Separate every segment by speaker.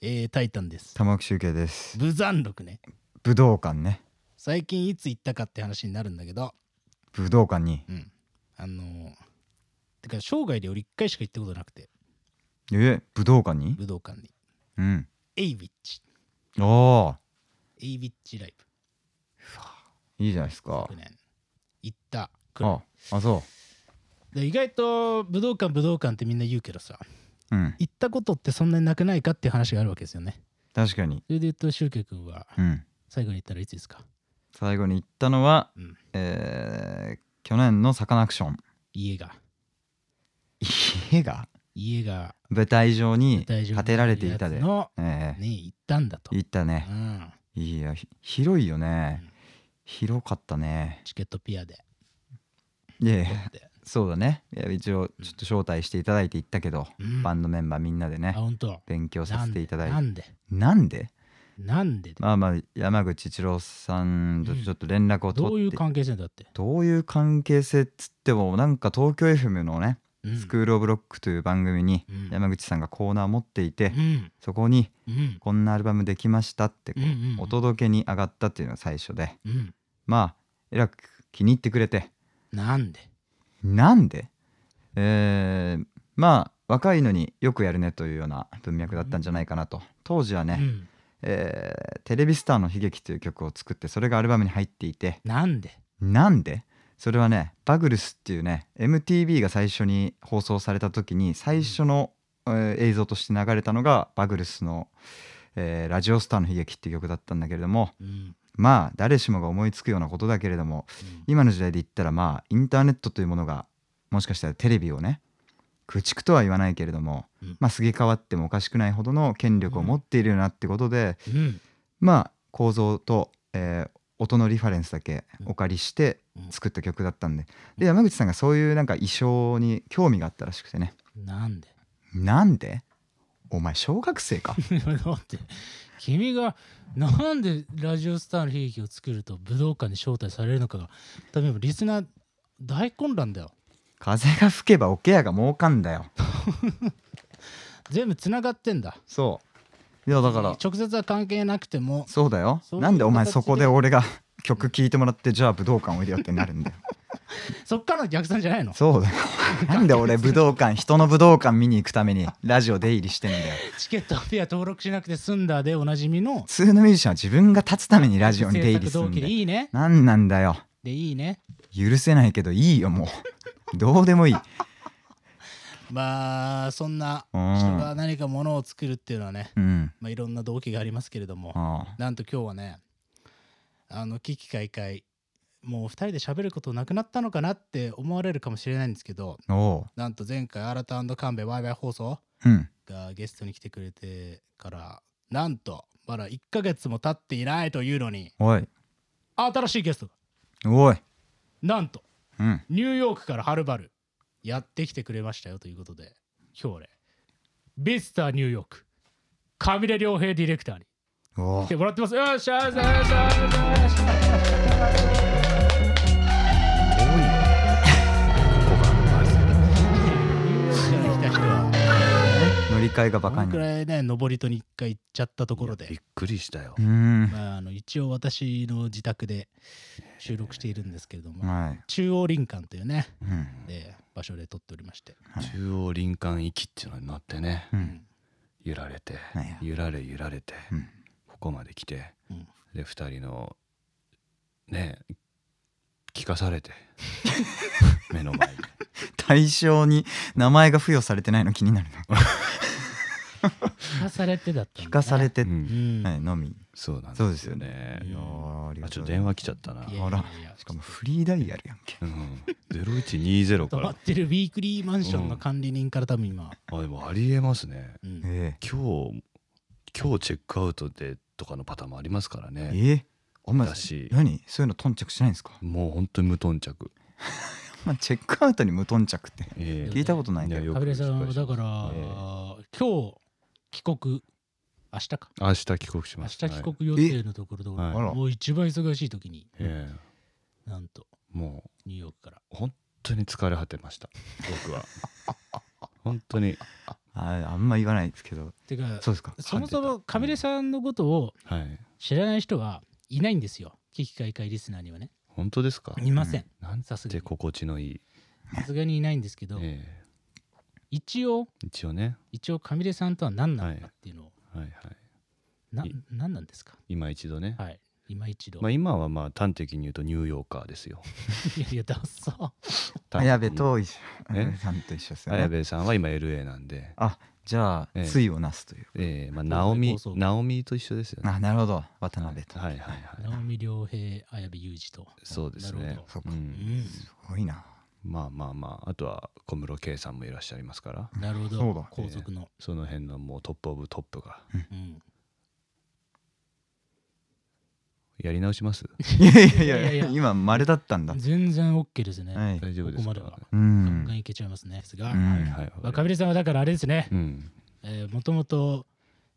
Speaker 1: えータイタンです。
Speaker 2: 玉木集計です
Speaker 1: 武山録ね。
Speaker 2: 武道館ね
Speaker 1: 最近いつ行ったかって話になるんだけど、
Speaker 2: 武道館に
Speaker 1: うん。あのー、てか生涯で俺一回しか行ったことなくて、
Speaker 2: え武道館に
Speaker 1: 武道館に。
Speaker 2: うん
Speaker 1: エイビッチ。
Speaker 2: おー
Speaker 1: エイビッチライブ。
Speaker 2: いいじゃないですか
Speaker 1: 昨年。行った。
Speaker 2: ああそ
Speaker 1: で意外と武道館武道館ってみんな言うけどさ、
Speaker 2: ううん
Speaker 1: 行ったことってそんなになくないかっていう話があるわけですよね。
Speaker 2: 確かに
Speaker 1: それで言うと、しゅうけい君は
Speaker 2: うん
Speaker 1: 最後に行ったらいつですか
Speaker 2: 最後に行ったのは、
Speaker 1: うん
Speaker 2: えー去年のサカナクション
Speaker 1: 家が。
Speaker 2: 家が
Speaker 1: 家が
Speaker 2: 舞台上に
Speaker 1: 大丈夫
Speaker 2: 建てられていたで、
Speaker 1: の、
Speaker 2: ええ
Speaker 1: ね、行ったんだと。
Speaker 2: 行ったね
Speaker 1: うん
Speaker 2: いやひ広いよね
Speaker 1: うん
Speaker 2: 広かったね
Speaker 1: チケットピアで。
Speaker 2: いやい
Speaker 1: 取
Speaker 2: や
Speaker 1: って
Speaker 2: そうだねいや一応ちょっと招待していただいて行ったけど、
Speaker 1: うん
Speaker 2: バンドメンバーみんなで
Speaker 1: あ、
Speaker 2: ね
Speaker 1: 本当。
Speaker 2: 勉強させていただいて
Speaker 1: なんで
Speaker 2: なんで
Speaker 1: なんで
Speaker 2: まあまあ山口一郎さんと
Speaker 1: うん
Speaker 2: ちょっと連絡を取って、
Speaker 1: どういう関係性だって。
Speaker 2: どういう関係性っつってもなんか東京 FM のね「
Speaker 1: うん
Speaker 2: スクール・オブ・ロック」という番組に
Speaker 1: うん
Speaker 2: 山口さんがコーナー持っていて、
Speaker 1: うん。
Speaker 2: そこに
Speaker 1: うん
Speaker 2: 「こんなアルバムできました」ってこ
Speaker 1: う
Speaker 2: うん
Speaker 1: うん
Speaker 2: お届けに上がったっていうのが最初で
Speaker 1: うん。
Speaker 2: まあえらく気に入ってくれて
Speaker 1: なんで
Speaker 2: なんでえーまあ若いのによくやるねというような文脈だったんじゃないかなと当時はね、
Speaker 1: うん
Speaker 2: えーテレビスターの悲劇」という曲を作ってそれがアルバムに入っていて
Speaker 1: なんで
Speaker 2: なんでそれはねバグルスっていうね MTV が最初に放送された時に最初の、えー映像として流れたのがバグルスの、えーラジオスターの悲劇」っていう曲だったんだけれども
Speaker 1: うん
Speaker 2: まあ誰しもが思いつくようなことだけれども今の時代で言ったらまあインターネットというものがもしかしたらテレビをね駆逐とは言わないけれども、
Speaker 1: うん
Speaker 2: まあすげ替わってもおかしくないほどの権力を持っているよなってことで、
Speaker 1: うんうん
Speaker 2: まあ構造と、えー音のリファレンスだけ
Speaker 1: うん
Speaker 2: お借りして
Speaker 1: うん
Speaker 2: 作った曲だったんでで山口さんがそういうなんか衣装に興味があったらしくてね
Speaker 1: なんで
Speaker 2: なんでお前小学生か
Speaker 1: だって君がなんでラジオスターの悲劇を作ると武道館に招待されるのかが多分リスナー大混乱だよ
Speaker 2: 風が吹けば桶屋が儲かんだよ
Speaker 1: 全部つながってんだ
Speaker 2: そういやだから
Speaker 1: 直接は関係なくても
Speaker 2: そうだよ
Speaker 1: そういう
Speaker 2: なんでお前
Speaker 1: 形で
Speaker 2: そこで俺が曲聴いてもらってじゃあ武道館おいでよってなるんだよ
Speaker 1: そっからの逆算じゃないの
Speaker 2: そうだよなんで俺武道館人の武道館見に行くためにラジオ出入りしてんだよ
Speaker 1: チケットピア登録しなくて済んだでおなじみの
Speaker 2: 普通のミュージシャンは自分が立つためにラジオに出入りする
Speaker 1: 同
Speaker 2: ん
Speaker 1: 期
Speaker 2: だ
Speaker 1: で
Speaker 2: よ
Speaker 1: いいね
Speaker 2: なんなんだよ
Speaker 1: でいいね
Speaker 2: 許せないけどいいよもうどうでもいい
Speaker 1: まあそんな
Speaker 2: うん
Speaker 1: 人が何かものを作るっていうのはね、
Speaker 2: うん
Speaker 1: まあ、いろんな動機がありますけれども、
Speaker 2: あ
Speaker 1: なんと今日はねあの危機開会もう2人で喋ることなくなったのかなって思われるかもしれないんですけど
Speaker 2: あお
Speaker 1: なんと前回新田神戸ワイワイ放送
Speaker 2: ううん
Speaker 1: がゲストに来てくれてからなんとまだ1ヶ月も経っていないというのに
Speaker 2: おい
Speaker 1: 新しいゲストが
Speaker 2: おい
Speaker 1: なんと
Speaker 2: うん
Speaker 1: ニューヨークからはるばるやってきてくれましたよということで今日俺ビスターニューヨーク上出良平ディレクターに
Speaker 2: おお
Speaker 1: 来てもらってますよっしゃよっしゃよっしゃよっしゃよっしゃニューヨークから来た人は
Speaker 2: 乗り換えがバ
Speaker 1: こ
Speaker 2: カ
Speaker 1: の
Speaker 2: に
Speaker 1: くらいね上りとに一回行っちゃったところ
Speaker 3: いや び
Speaker 1: で
Speaker 3: っ、くりしたよ
Speaker 2: う。ん
Speaker 1: まあ、あの一応私の自宅で収録しているんですけれども、
Speaker 2: はい
Speaker 1: 中央林間というね、
Speaker 2: うん
Speaker 1: えー場所で撮っておりまして、
Speaker 3: 中央林間行きっていうのになってね、
Speaker 2: うん
Speaker 3: 揺られて
Speaker 2: なんや、
Speaker 3: 揺られ揺られて、
Speaker 2: うん
Speaker 3: ここまで来て、
Speaker 1: うん
Speaker 3: で二人のね聞かされ て目の前に
Speaker 2: 対象に名前が付与されてないの気になるな
Speaker 1: 聞かされてだったんだ、ね、
Speaker 2: 聞かされて、
Speaker 1: う
Speaker 3: う
Speaker 1: んん、
Speaker 2: はい、のみ
Speaker 3: そうなん
Speaker 2: そう
Speaker 3: で
Speaker 2: ですすよ
Speaker 3: よね。
Speaker 1: うん
Speaker 2: いやーありが
Speaker 3: あち
Speaker 2: と
Speaker 3: ょ
Speaker 2: うご
Speaker 3: っと
Speaker 2: ざい
Speaker 3: 電
Speaker 2: ま
Speaker 3: 話来ちゃったな。
Speaker 1: い
Speaker 2: す
Speaker 1: や
Speaker 2: あら
Speaker 1: いやいや
Speaker 2: しかもフリーダイヤルやんけ
Speaker 3: うん、0120か
Speaker 1: 泊まっ
Speaker 3: ら。
Speaker 1: てるウィークリーマンションの管理人から多分今、
Speaker 3: あでもありえますね。
Speaker 1: うん
Speaker 2: え
Speaker 3: 今日今日チェックアウトでとかのパターンもありますから
Speaker 2: え
Speaker 3: ね。
Speaker 2: ええお前
Speaker 3: だし
Speaker 2: 何そういうの頓着しないんですか、
Speaker 3: もう本当に無頓着。
Speaker 2: まあ、チェックアウトに無頓着って
Speaker 3: え
Speaker 2: 聞いたことないけ
Speaker 3: いや
Speaker 2: ど
Speaker 3: よ
Speaker 1: カビレさんはだから、
Speaker 3: ええ
Speaker 1: 今日帰国明日か
Speaker 3: え明日帰国し
Speaker 1: 明
Speaker 3: ます。
Speaker 1: 日帰国予定のところで、
Speaker 3: はい
Speaker 2: あら
Speaker 1: もう一番忙しい時に、
Speaker 3: はいえ
Speaker 1: なんと
Speaker 3: えもう
Speaker 1: ニューヨークから
Speaker 3: 本当に疲れ果てました僕は本当に
Speaker 2: ああんま言わないですけど
Speaker 1: てか
Speaker 2: そうですか
Speaker 1: そもそ
Speaker 2: 噛んで
Speaker 1: もカビレさんのことを
Speaker 3: はい
Speaker 1: 知らない人はいないんですよ危機開会リスナーにはね
Speaker 3: 本当ですか
Speaker 1: いません
Speaker 3: なん
Speaker 1: さすが
Speaker 3: て
Speaker 1: に
Speaker 3: 心地のいい、
Speaker 1: さすがにいないんですけど
Speaker 3: え
Speaker 1: 一応
Speaker 3: え一応ね
Speaker 1: 一応カミレさんとは何なのかっていうのを、
Speaker 3: はいはい
Speaker 1: ない何なんですか
Speaker 3: 今一度ね、
Speaker 1: はい今一度、
Speaker 3: まあ、今はまあ端的に言うとニューヨーカーですよ
Speaker 1: いやいやダッサ
Speaker 2: 綾部と一緒
Speaker 3: え
Speaker 2: 綾部さんと一緒ですよ
Speaker 3: 綾
Speaker 2: ね
Speaker 3: 部さんは今 LA なんで
Speaker 2: あじゃあ
Speaker 3: ええ
Speaker 2: ついをなすという
Speaker 3: ええま
Speaker 1: 放
Speaker 3: あ
Speaker 1: 送
Speaker 3: ナオミ
Speaker 1: 放送
Speaker 3: ナオミと一緒ですよね
Speaker 2: あなるほど渡辺と
Speaker 3: はいはいはい
Speaker 1: 直美良平綾部裕二と
Speaker 3: そうです
Speaker 1: なる
Speaker 3: ね
Speaker 1: ほど
Speaker 2: そう
Speaker 3: う
Speaker 2: か
Speaker 3: ん、
Speaker 2: すごいな
Speaker 3: まあまあまああとは小室圭さんもいらっしゃいますから
Speaker 1: なるほ
Speaker 2: そ
Speaker 1: ど
Speaker 2: うだ
Speaker 1: 皇族の、
Speaker 3: その辺のもうトップオブトップが
Speaker 1: うん
Speaker 3: やり直します
Speaker 2: いやいや
Speaker 1: いやい
Speaker 2: い
Speaker 1: や
Speaker 2: や 今丸だったんだ
Speaker 1: 全然 OK ですね、
Speaker 2: はい
Speaker 3: 大丈夫で
Speaker 1: こ
Speaker 3: す
Speaker 1: こ
Speaker 3: か
Speaker 1: までは
Speaker 2: う
Speaker 1: ガンガン
Speaker 2: ん
Speaker 1: いけちゃいますねですが、
Speaker 2: うん
Speaker 3: はいはい
Speaker 1: まあ、
Speaker 3: は
Speaker 1: カ
Speaker 3: い
Speaker 1: ミレさんはだからあれですね
Speaker 3: うん
Speaker 1: もともと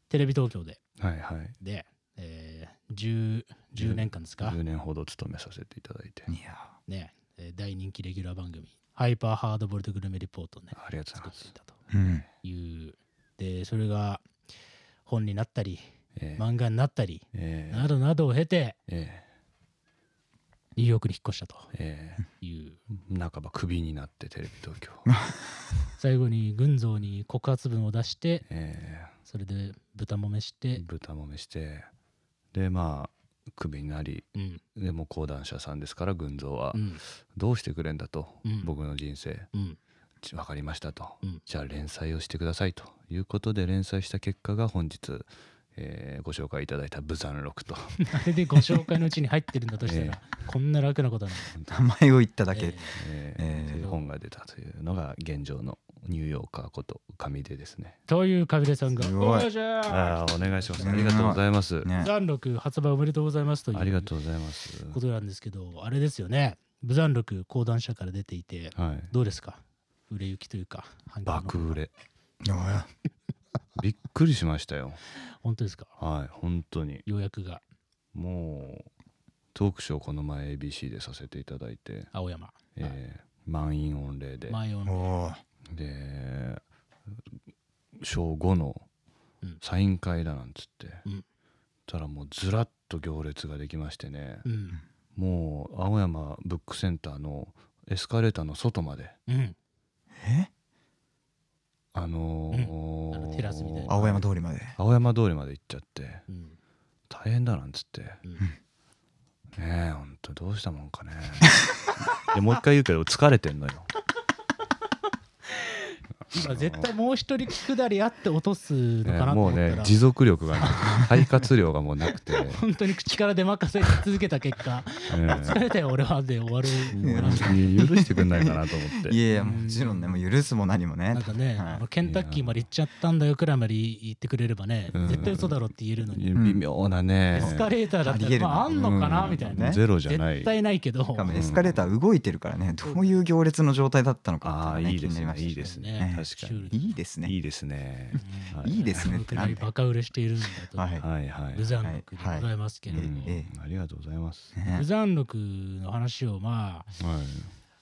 Speaker 1: テレビ東京で
Speaker 3: はいはい
Speaker 1: で、えー、10, 10年間ですか、
Speaker 3: 10年ほど勤めさせていただいて
Speaker 2: いや
Speaker 1: ねえー大人気レギュラー番組「ハイパーハードボルトグルメリポート」ね
Speaker 3: ありがとうござ
Speaker 1: 作っ
Speaker 3: いま
Speaker 1: てい
Speaker 3: す
Speaker 1: たと
Speaker 2: うん
Speaker 1: いうでそれが本になったり
Speaker 3: ええ
Speaker 1: 漫画になったり
Speaker 3: え
Speaker 1: などなどを経て
Speaker 3: ええ
Speaker 1: ニューヨークに引っ越したと
Speaker 3: ええ
Speaker 1: いう
Speaker 3: え半ばクビになってテレビ東京
Speaker 1: 最後に群像に告発文を出して
Speaker 3: え
Speaker 1: それで豚もめし
Speaker 3: え
Speaker 1: て、
Speaker 3: 豚もめしてでまあクビになり
Speaker 1: うん
Speaker 3: でもう講談社さんですから群像は
Speaker 1: うん
Speaker 3: どうしてくれんだと
Speaker 1: うん
Speaker 3: 僕の人生
Speaker 1: うん
Speaker 3: ちわかりましたと、
Speaker 1: うん
Speaker 3: じゃあ連載をしてくださいということで連載した結果が本日、えーご紹介いただいた「ブザン 録」と
Speaker 1: あれでご紹介のうちに入ってるんだと したら、こんな楽なことはない
Speaker 2: 名前を言っただ
Speaker 1: え
Speaker 2: け
Speaker 1: ー
Speaker 3: え
Speaker 2: え
Speaker 3: ー
Speaker 2: ー
Speaker 3: という本が出たというのが現状のニューヨーカーこと上出ですね。
Speaker 1: というカビレさんが
Speaker 2: すごい
Speaker 1: おーじゃ
Speaker 3: あ
Speaker 1: あ
Speaker 3: あお願いしますす。ありがとうございます。
Speaker 2: ね
Speaker 1: 残録発売おめでとうございますという
Speaker 3: ありがとうございます。
Speaker 1: ことなんですけどあれですよね無残録講談社から出ていて
Speaker 3: はい。
Speaker 1: どうですか売れ行きというか反響の
Speaker 3: 爆売れ。
Speaker 2: いや
Speaker 3: びっくりしましたよ。
Speaker 1: 本当ですか
Speaker 3: はい本当に
Speaker 1: 予約が
Speaker 3: もうトークショーこの前 ABC でさせていただいて、
Speaker 1: 青山
Speaker 3: えー満員御礼で。
Speaker 1: 前を
Speaker 2: おお
Speaker 3: で小5の
Speaker 1: うん
Speaker 3: サイン会だなんつって、
Speaker 1: うん
Speaker 3: たらもうずらっと行列ができましてね
Speaker 1: う、ん
Speaker 3: もう青山ブックセンターのエスカレーターの外まで
Speaker 1: うん
Speaker 2: え
Speaker 3: あのー
Speaker 1: うんあのテラスみたいな
Speaker 2: 青山通りまで
Speaker 3: 青山通りまで行っちゃって
Speaker 1: うん
Speaker 3: 大変だなんつってね
Speaker 1: うん
Speaker 3: えほんとどうしたもん かねでもう一回言うけど疲れてんのよ
Speaker 1: 今絶対もう一人くだりあって落とすのかな
Speaker 3: ね
Speaker 1: と
Speaker 3: も
Speaker 1: 思
Speaker 3: う
Speaker 1: った
Speaker 3: ね
Speaker 1: ら
Speaker 3: 持続 力がない肺活量がもうなくて、ね
Speaker 1: 本当に口から出まかせ続けた結 果疲 れたよ俺はで終わる終わらせ
Speaker 3: もう許してくんないかなと思っ
Speaker 2: い
Speaker 3: て。
Speaker 2: やいやもちろんねもう許すも何もね
Speaker 1: なんかね、
Speaker 2: はい
Speaker 1: あのケンタッキーまで行っちゃったんだよくらいまで言ってくれればね、
Speaker 3: うん
Speaker 1: 絶対嘘だろって言えるのに、
Speaker 3: 微妙なね
Speaker 1: エ。スカレーターだっ
Speaker 2: あ
Speaker 1: たら、
Speaker 2: りえる
Speaker 1: ま
Speaker 2: な
Speaker 1: あ、あんのかな、
Speaker 3: うん
Speaker 1: みたいな、
Speaker 2: ね
Speaker 3: ゼロじゃない。
Speaker 1: 絶対ないけど、
Speaker 2: しかもエスカレーター動いてるからねどういう行列の状態だったのか
Speaker 3: あ
Speaker 2: って
Speaker 3: あ
Speaker 2: いうのがね
Speaker 3: いいで
Speaker 2: 気
Speaker 3: す
Speaker 2: にな
Speaker 3: ね。
Speaker 2: りま
Speaker 3: い
Speaker 2: し
Speaker 3: い
Speaker 2: た
Speaker 1: ね
Speaker 3: ですね。確かに。
Speaker 2: いいですね
Speaker 3: いいで すね。はい
Speaker 2: いいです
Speaker 1: そ
Speaker 2: ねっ
Speaker 1: の
Speaker 2: て
Speaker 1: く
Speaker 2: な
Speaker 1: ら
Speaker 2: ん
Speaker 1: い
Speaker 2: だよ
Speaker 1: バカ売れしているんだと、
Speaker 2: はい
Speaker 3: はいはい。
Speaker 1: ブザンロクでございますけれども、
Speaker 3: うんありがとうございます。は
Speaker 1: ブザンロクの話を、まあ、
Speaker 3: い。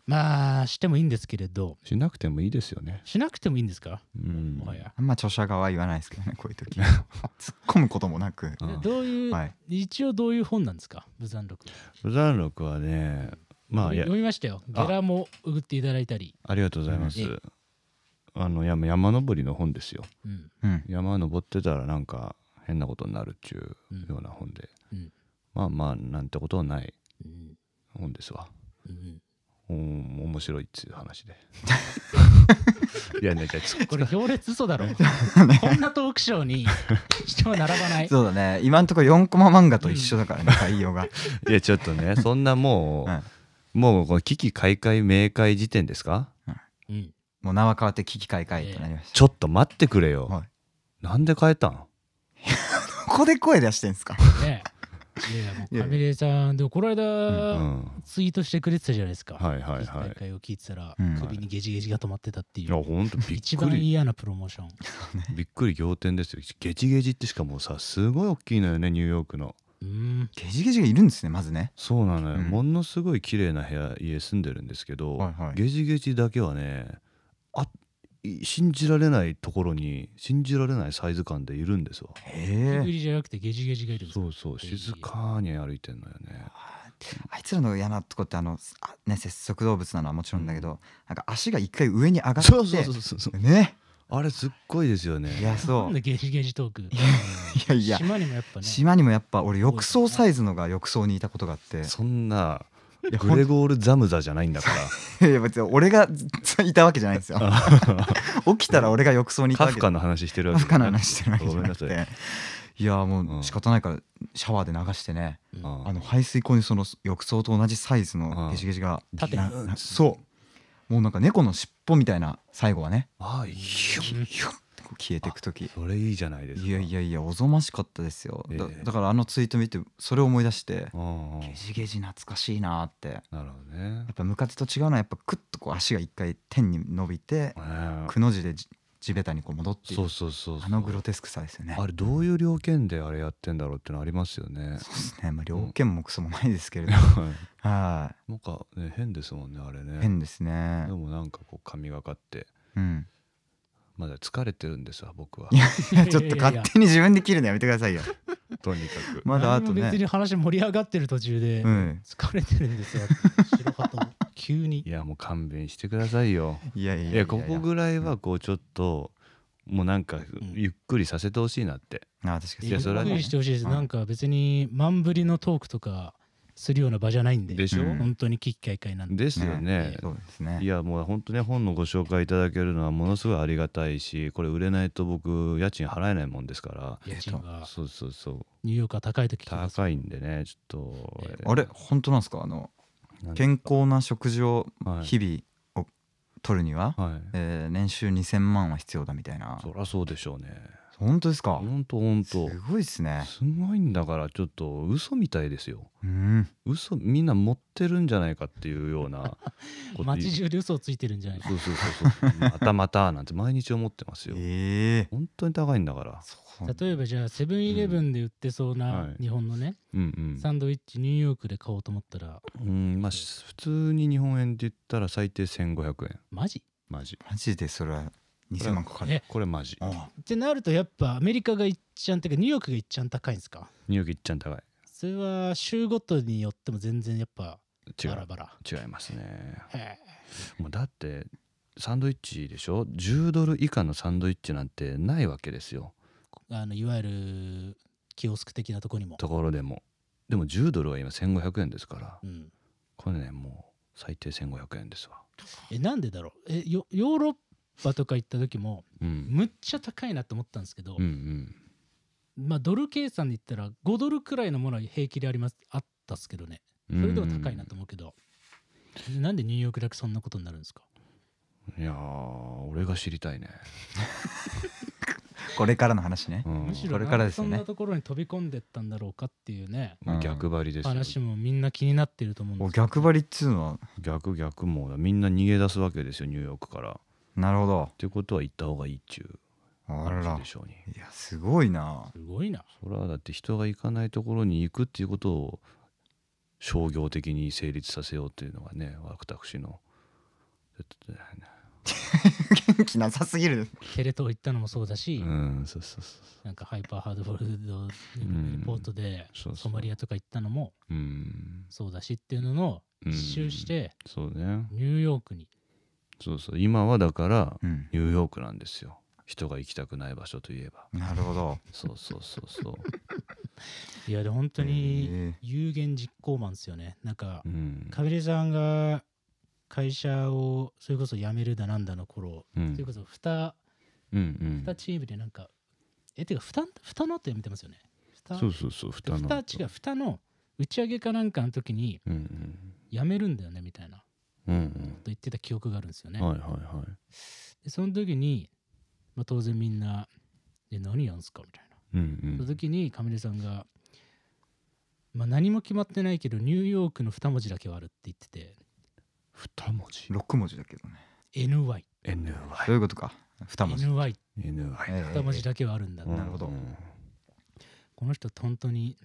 Speaker 1: まあ、してもいいんですけれど、
Speaker 3: しなくてもいいですよね。
Speaker 1: しなくてもいいんですか、
Speaker 3: うん
Speaker 1: も。はや。
Speaker 2: あんま著者側は言わないですけどねこういう時突っ込むこともなく
Speaker 3: うん
Speaker 1: どういう、
Speaker 2: はい
Speaker 1: 一応どういう本なんですか、ブザンロク。
Speaker 3: ブザン録はね、まあいや
Speaker 1: 読みましたよ、ゲラも送っていただいたり、
Speaker 3: ありがとうございます
Speaker 1: ええ。
Speaker 3: あの山山登りの本ですよ。
Speaker 1: うん、
Speaker 2: うん
Speaker 3: 山登ってたらなんか変なことになるっちゅうような本で、
Speaker 1: うん
Speaker 3: まあまあなんてことはない
Speaker 1: うん、
Speaker 3: 本ですわ。
Speaker 1: うん。
Speaker 3: おー面白いっつう話 で。いやねじゃあつ
Speaker 1: これ行列嘘だろこんなトークショーに人は並ばない
Speaker 2: そうだね今んところ4コマ漫画と一緒だからね採用が
Speaker 3: いやちょっとねそんなもう、
Speaker 2: うん
Speaker 3: もうこの危機開会明快時点ですか
Speaker 1: うん
Speaker 2: もう名は変わって危機開会となりました
Speaker 3: ちょっと待ってくれよ、
Speaker 2: はい
Speaker 3: なんで変えたん
Speaker 2: ここで声出してんすか
Speaker 1: ねえいやいやも
Speaker 2: いうや
Speaker 1: カメレさんでもこの
Speaker 3: うん
Speaker 1: 間ツイートしてくれてたじゃないですか
Speaker 3: はいはい
Speaker 1: 記事
Speaker 3: は
Speaker 1: 大
Speaker 3: い
Speaker 1: 会を聞いてたら
Speaker 2: うん
Speaker 1: 首にゲジゲジが止まってたってい
Speaker 3: いや
Speaker 1: う
Speaker 3: ほんとびっ
Speaker 1: 一
Speaker 3: く
Speaker 1: 番
Speaker 3: り
Speaker 1: 嫌なプロモーション
Speaker 3: びっくり仰天ですよゲジゲジってしかもさすごい大きいのよねニューヨークの
Speaker 1: うん
Speaker 2: ゲジゲジがいるんですねまずね
Speaker 3: そうなの
Speaker 2: う
Speaker 3: よ、
Speaker 2: ん
Speaker 3: ものすごい綺麗な部屋家住んでるんですけど、
Speaker 2: はいはい
Speaker 3: ゲジゲジだけはねあい信じられないところに信じられないサイズ感でいるんですわ
Speaker 1: ビク
Speaker 2: え
Speaker 1: リじゃなくてゲジゲジがいるんです
Speaker 3: そうそう静かに歩いてんのよね
Speaker 2: あいつらの嫌なとこってあのあね節足動物なのはもちろんだけど、なんか足が一回上に上がって
Speaker 3: そうそうそうそうそう
Speaker 2: ね
Speaker 3: あれすっごいですよね
Speaker 2: いやそ
Speaker 1: なん
Speaker 2: う
Speaker 1: でゲジゲジトークい
Speaker 2: いやいや
Speaker 1: 島にもやっぱね
Speaker 2: 島にもやっぱ俺浴槽サイズのが浴槽にいたことがあって
Speaker 3: そんない
Speaker 2: や
Speaker 3: グレゴール・ザムザじゃないんだか
Speaker 2: いや別に俺が いたわけじゃないんですよ起きたら俺が浴槽にいた
Speaker 3: ら カ
Speaker 2: わけ
Speaker 3: フカの話してるわ
Speaker 2: カ
Speaker 3: け
Speaker 2: フカの話してるわけじゃなく
Speaker 3: ごめん
Speaker 2: ていや
Speaker 3: う
Speaker 2: も
Speaker 3: ん
Speaker 2: う仕方ないからシャワーで流してね、
Speaker 1: うん
Speaker 3: あ
Speaker 2: あの排水溝にその浴槽と同じサイズ
Speaker 3: うん
Speaker 2: のゲジゲジが
Speaker 1: 縦
Speaker 2: な
Speaker 3: うん
Speaker 2: なそうもうなんか猫の尻尾みたいな最後はね
Speaker 3: あいいよ
Speaker 1: うん
Speaker 2: ヒュンってこう消えていく時
Speaker 3: それいいじゃないですか
Speaker 2: いやいやいやおぞましかったですよ、だ
Speaker 3: ええ
Speaker 2: だからあのツイート見てそれを思い出して
Speaker 3: うんうん
Speaker 2: ゲジゲジ懐かしいなーってや
Speaker 3: なるほどね
Speaker 2: っぱムカデと違うのはやっぱクッとこう足が一回天に伸びて
Speaker 3: ね
Speaker 2: くの字でじ地べたにこう戻っていく
Speaker 3: そうそうそうそう
Speaker 2: あのグロテスクさですよね
Speaker 3: あれどういう条件であれやってんだろうってのあります よね
Speaker 2: そうですねまあ両剣もクソもないです けれどは
Speaker 3: なんかね変ですもんねあれ
Speaker 2: い
Speaker 3: ね
Speaker 2: 変ですね
Speaker 3: でもなんかこう神がかって
Speaker 2: うん
Speaker 3: まだ疲れてるんですわ僕はい
Speaker 2: やいや
Speaker 1: いやいやいや
Speaker 2: ちょっと勝手に自分で切るのやめてくださいよ
Speaker 3: とにかく
Speaker 2: まだあと
Speaker 1: 何も別に
Speaker 2: ね
Speaker 1: 話盛り上がってる途中で
Speaker 2: うん
Speaker 1: 疲れてるんですよ白旗急に
Speaker 3: いやもう勘弁してくださいよ
Speaker 2: いやいやいや
Speaker 3: いやここぐらいはこうちょっともうなんかゆっくりさせてほしいなって
Speaker 2: ああ確かに
Speaker 3: いやそれはね
Speaker 1: ゆっくりしてほしいです、
Speaker 2: うん
Speaker 1: なんか別に満振りのトークとかするような場じゃないんで
Speaker 3: でしょ、
Speaker 2: うん
Speaker 1: 本当に危機開会なんで
Speaker 3: ですよね
Speaker 1: ね
Speaker 2: そうです
Speaker 3: い
Speaker 2: ね
Speaker 3: やもう本当ね本のご紹介いただけるのはものすごいありがたいしこれ売れないと僕家賃払えないもんですか
Speaker 1: 家賃
Speaker 3: ら
Speaker 1: が
Speaker 3: そうそうそう
Speaker 1: ニューヨークは高いと聞きます
Speaker 3: 高いんでねちょっ
Speaker 1: え
Speaker 3: と
Speaker 2: あれ本当なんですかあの
Speaker 3: なんで
Speaker 2: 健康な食事を
Speaker 3: はい
Speaker 2: 日々を取るには、
Speaker 3: はい
Speaker 2: えー年収2000万は必要だみたいな
Speaker 3: そりゃそうでしょうね
Speaker 2: 本当ですか
Speaker 3: ほんとほん
Speaker 2: す
Speaker 3: と
Speaker 2: ごいですね
Speaker 3: すごいんだからちょっと嘘みたいですよ
Speaker 2: うん
Speaker 3: 嘘みんな持ってるんじゃないかっていうようなこと 言う
Speaker 1: 街中で嘘をついてるんじゃない
Speaker 3: そうそうそうそうまたまたなんて毎日思ってますよ
Speaker 2: ええ
Speaker 3: 本当に高いんだから
Speaker 2: そう
Speaker 1: 例えばじゃあセブンイレブンで売ってそう
Speaker 3: うんは
Speaker 1: ない日本のね、
Speaker 3: うん
Speaker 1: サンドイッチニューヨークで買おうと思ったら
Speaker 3: うんうんまあし普通に日本円で言ったら最低1500円
Speaker 1: マジ
Speaker 3: マジ
Speaker 2: マジでそれは2000万かかる
Speaker 1: え
Speaker 3: これマジ
Speaker 2: あ
Speaker 1: ってなるとやっぱアメリカが一ちゃんっていうかニューヨークが一ちゃん高いんですか
Speaker 3: ニューヨークいっちゃん高い
Speaker 1: それは州ごとによっても全然やっぱ
Speaker 3: 違
Speaker 1: バラ
Speaker 3: う
Speaker 1: バラ
Speaker 3: 違いますね
Speaker 1: へ
Speaker 3: もうだってサンドイッチでしょ10ドル以下のサンドイッチなんてないわけですよ
Speaker 1: えあのいわゆるキオスク的なとこにも、
Speaker 3: ところでもでも10ドルは今1500円ですから
Speaker 1: うん、
Speaker 3: これねもう最低1500円ですわ
Speaker 1: えなんでだろうえヨヨーロッパとか行った時も
Speaker 3: うん
Speaker 1: むっちゃ高いなと思ったんですけど、
Speaker 3: うんうん
Speaker 1: まあドル計算で言ったら5ドルくらいのものは平気でありますあったっすけどね
Speaker 3: そ
Speaker 1: それでも高いなと思うけど、でなんでニューヨークだけそんなことになるんですか
Speaker 3: いやー俺が知りたいね、
Speaker 2: これからの話ね
Speaker 3: うん
Speaker 1: むし
Speaker 2: こ
Speaker 1: ろ
Speaker 2: れ
Speaker 1: な
Speaker 2: から
Speaker 1: ん
Speaker 2: で
Speaker 1: です
Speaker 2: よ
Speaker 1: そ
Speaker 2: ね
Speaker 1: んなところに飛び込んでったんだろうかっていうね
Speaker 3: まあ逆張りですよ
Speaker 1: 話もみんな気になってると思うん
Speaker 2: お
Speaker 1: ですけど
Speaker 2: 逆張りっつうのは
Speaker 3: 逆逆もうみんな逃げ出すわけですよニューヨークからっ
Speaker 2: なるほど
Speaker 3: てことは行った方がいいっちゅう
Speaker 2: あら
Speaker 3: 話でしょうに
Speaker 2: いやすごいな
Speaker 1: すごいな
Speaker 3: それはだって人が行かないところに行くっていうことを商業的に成立させようっていうのがね私のちょっとね
Speaker 2: 元 気なさすぎる
Speaker 1: テレ東行ったのもそうだし、
Speaker 3: うんそうそうそ
Speaker 1: なんかハイパーハードボールド
Speaker 3: ん
Speaker 1: リポートで
Speaker 3: そうそう
Speaker 1: ソマリアとか行ったのも
Speaker 3: ううん
Speaker 1: そうだしっていうのの
Speaker 3: うん
Speaker 1: 一周して
Speaker 3: そうね
Speaker 1: ニューヨークに
Speaker 3: そうそう今はだから
Speaker 2: うん
Speaker 3: ニューヨークなんですよ人が行きたくない場所といえば
Speaker 2: なるほど
Speaker 3: そうそうそ うそう
Speaker 1: いやで本当
Speaker 2: へ
Speaker 1: に
Speaker 2: え
Speaker 1: 有言実行マンですよねなんか
Speaker 3: うん
Speaker 1: カビレさんが会社をそれこそ辞めるだなんだの頃
Speaker 3: うん
Speaker 1: それこそ二
Speaker 3: うんう
Speaker 1: 二
Speaker 3: ん
Speaker 1: チームでなんかえてか二二の後やめてますよね二
Speaker 3: そうそうそう蓋の
Speaker 1: 二違う二の打ち上げかなんかの時に
Speaker 3: うんうん
Speaker 1: 辞めるんだよねみたいな
Speaker 3: うん
Speaker 1: こと言ってた記憶があるんですよ
Speaker 3: う
Speaker 1: ね
Speaker 3: んはいはいは
Speaker 1: でその時に、まあ、当然みんな「え何やんすか?」みたいな、
Speaker 3: いうん
Speaker 1: そうの
Speaker 3: ん
Speaker 1: 時にカメレさんが、まあ、何も決まってないけどニューヨークの2文字だけはあるって言ってて
Speaker 3: 二文字
Speaker 2: 6文字だけどね
Speaker 1: NY
Speaker 3: NY
Speaker 2: どういうことか2文字
Speaker 1: NY
Speaker 2: え
Speaker 3: NY
Speaker 2: え
Speaker 1: 2文字だけはあるんだ、
Speaker 2: なるほど
Speaker 3: うん
Speaker 1: この人本当に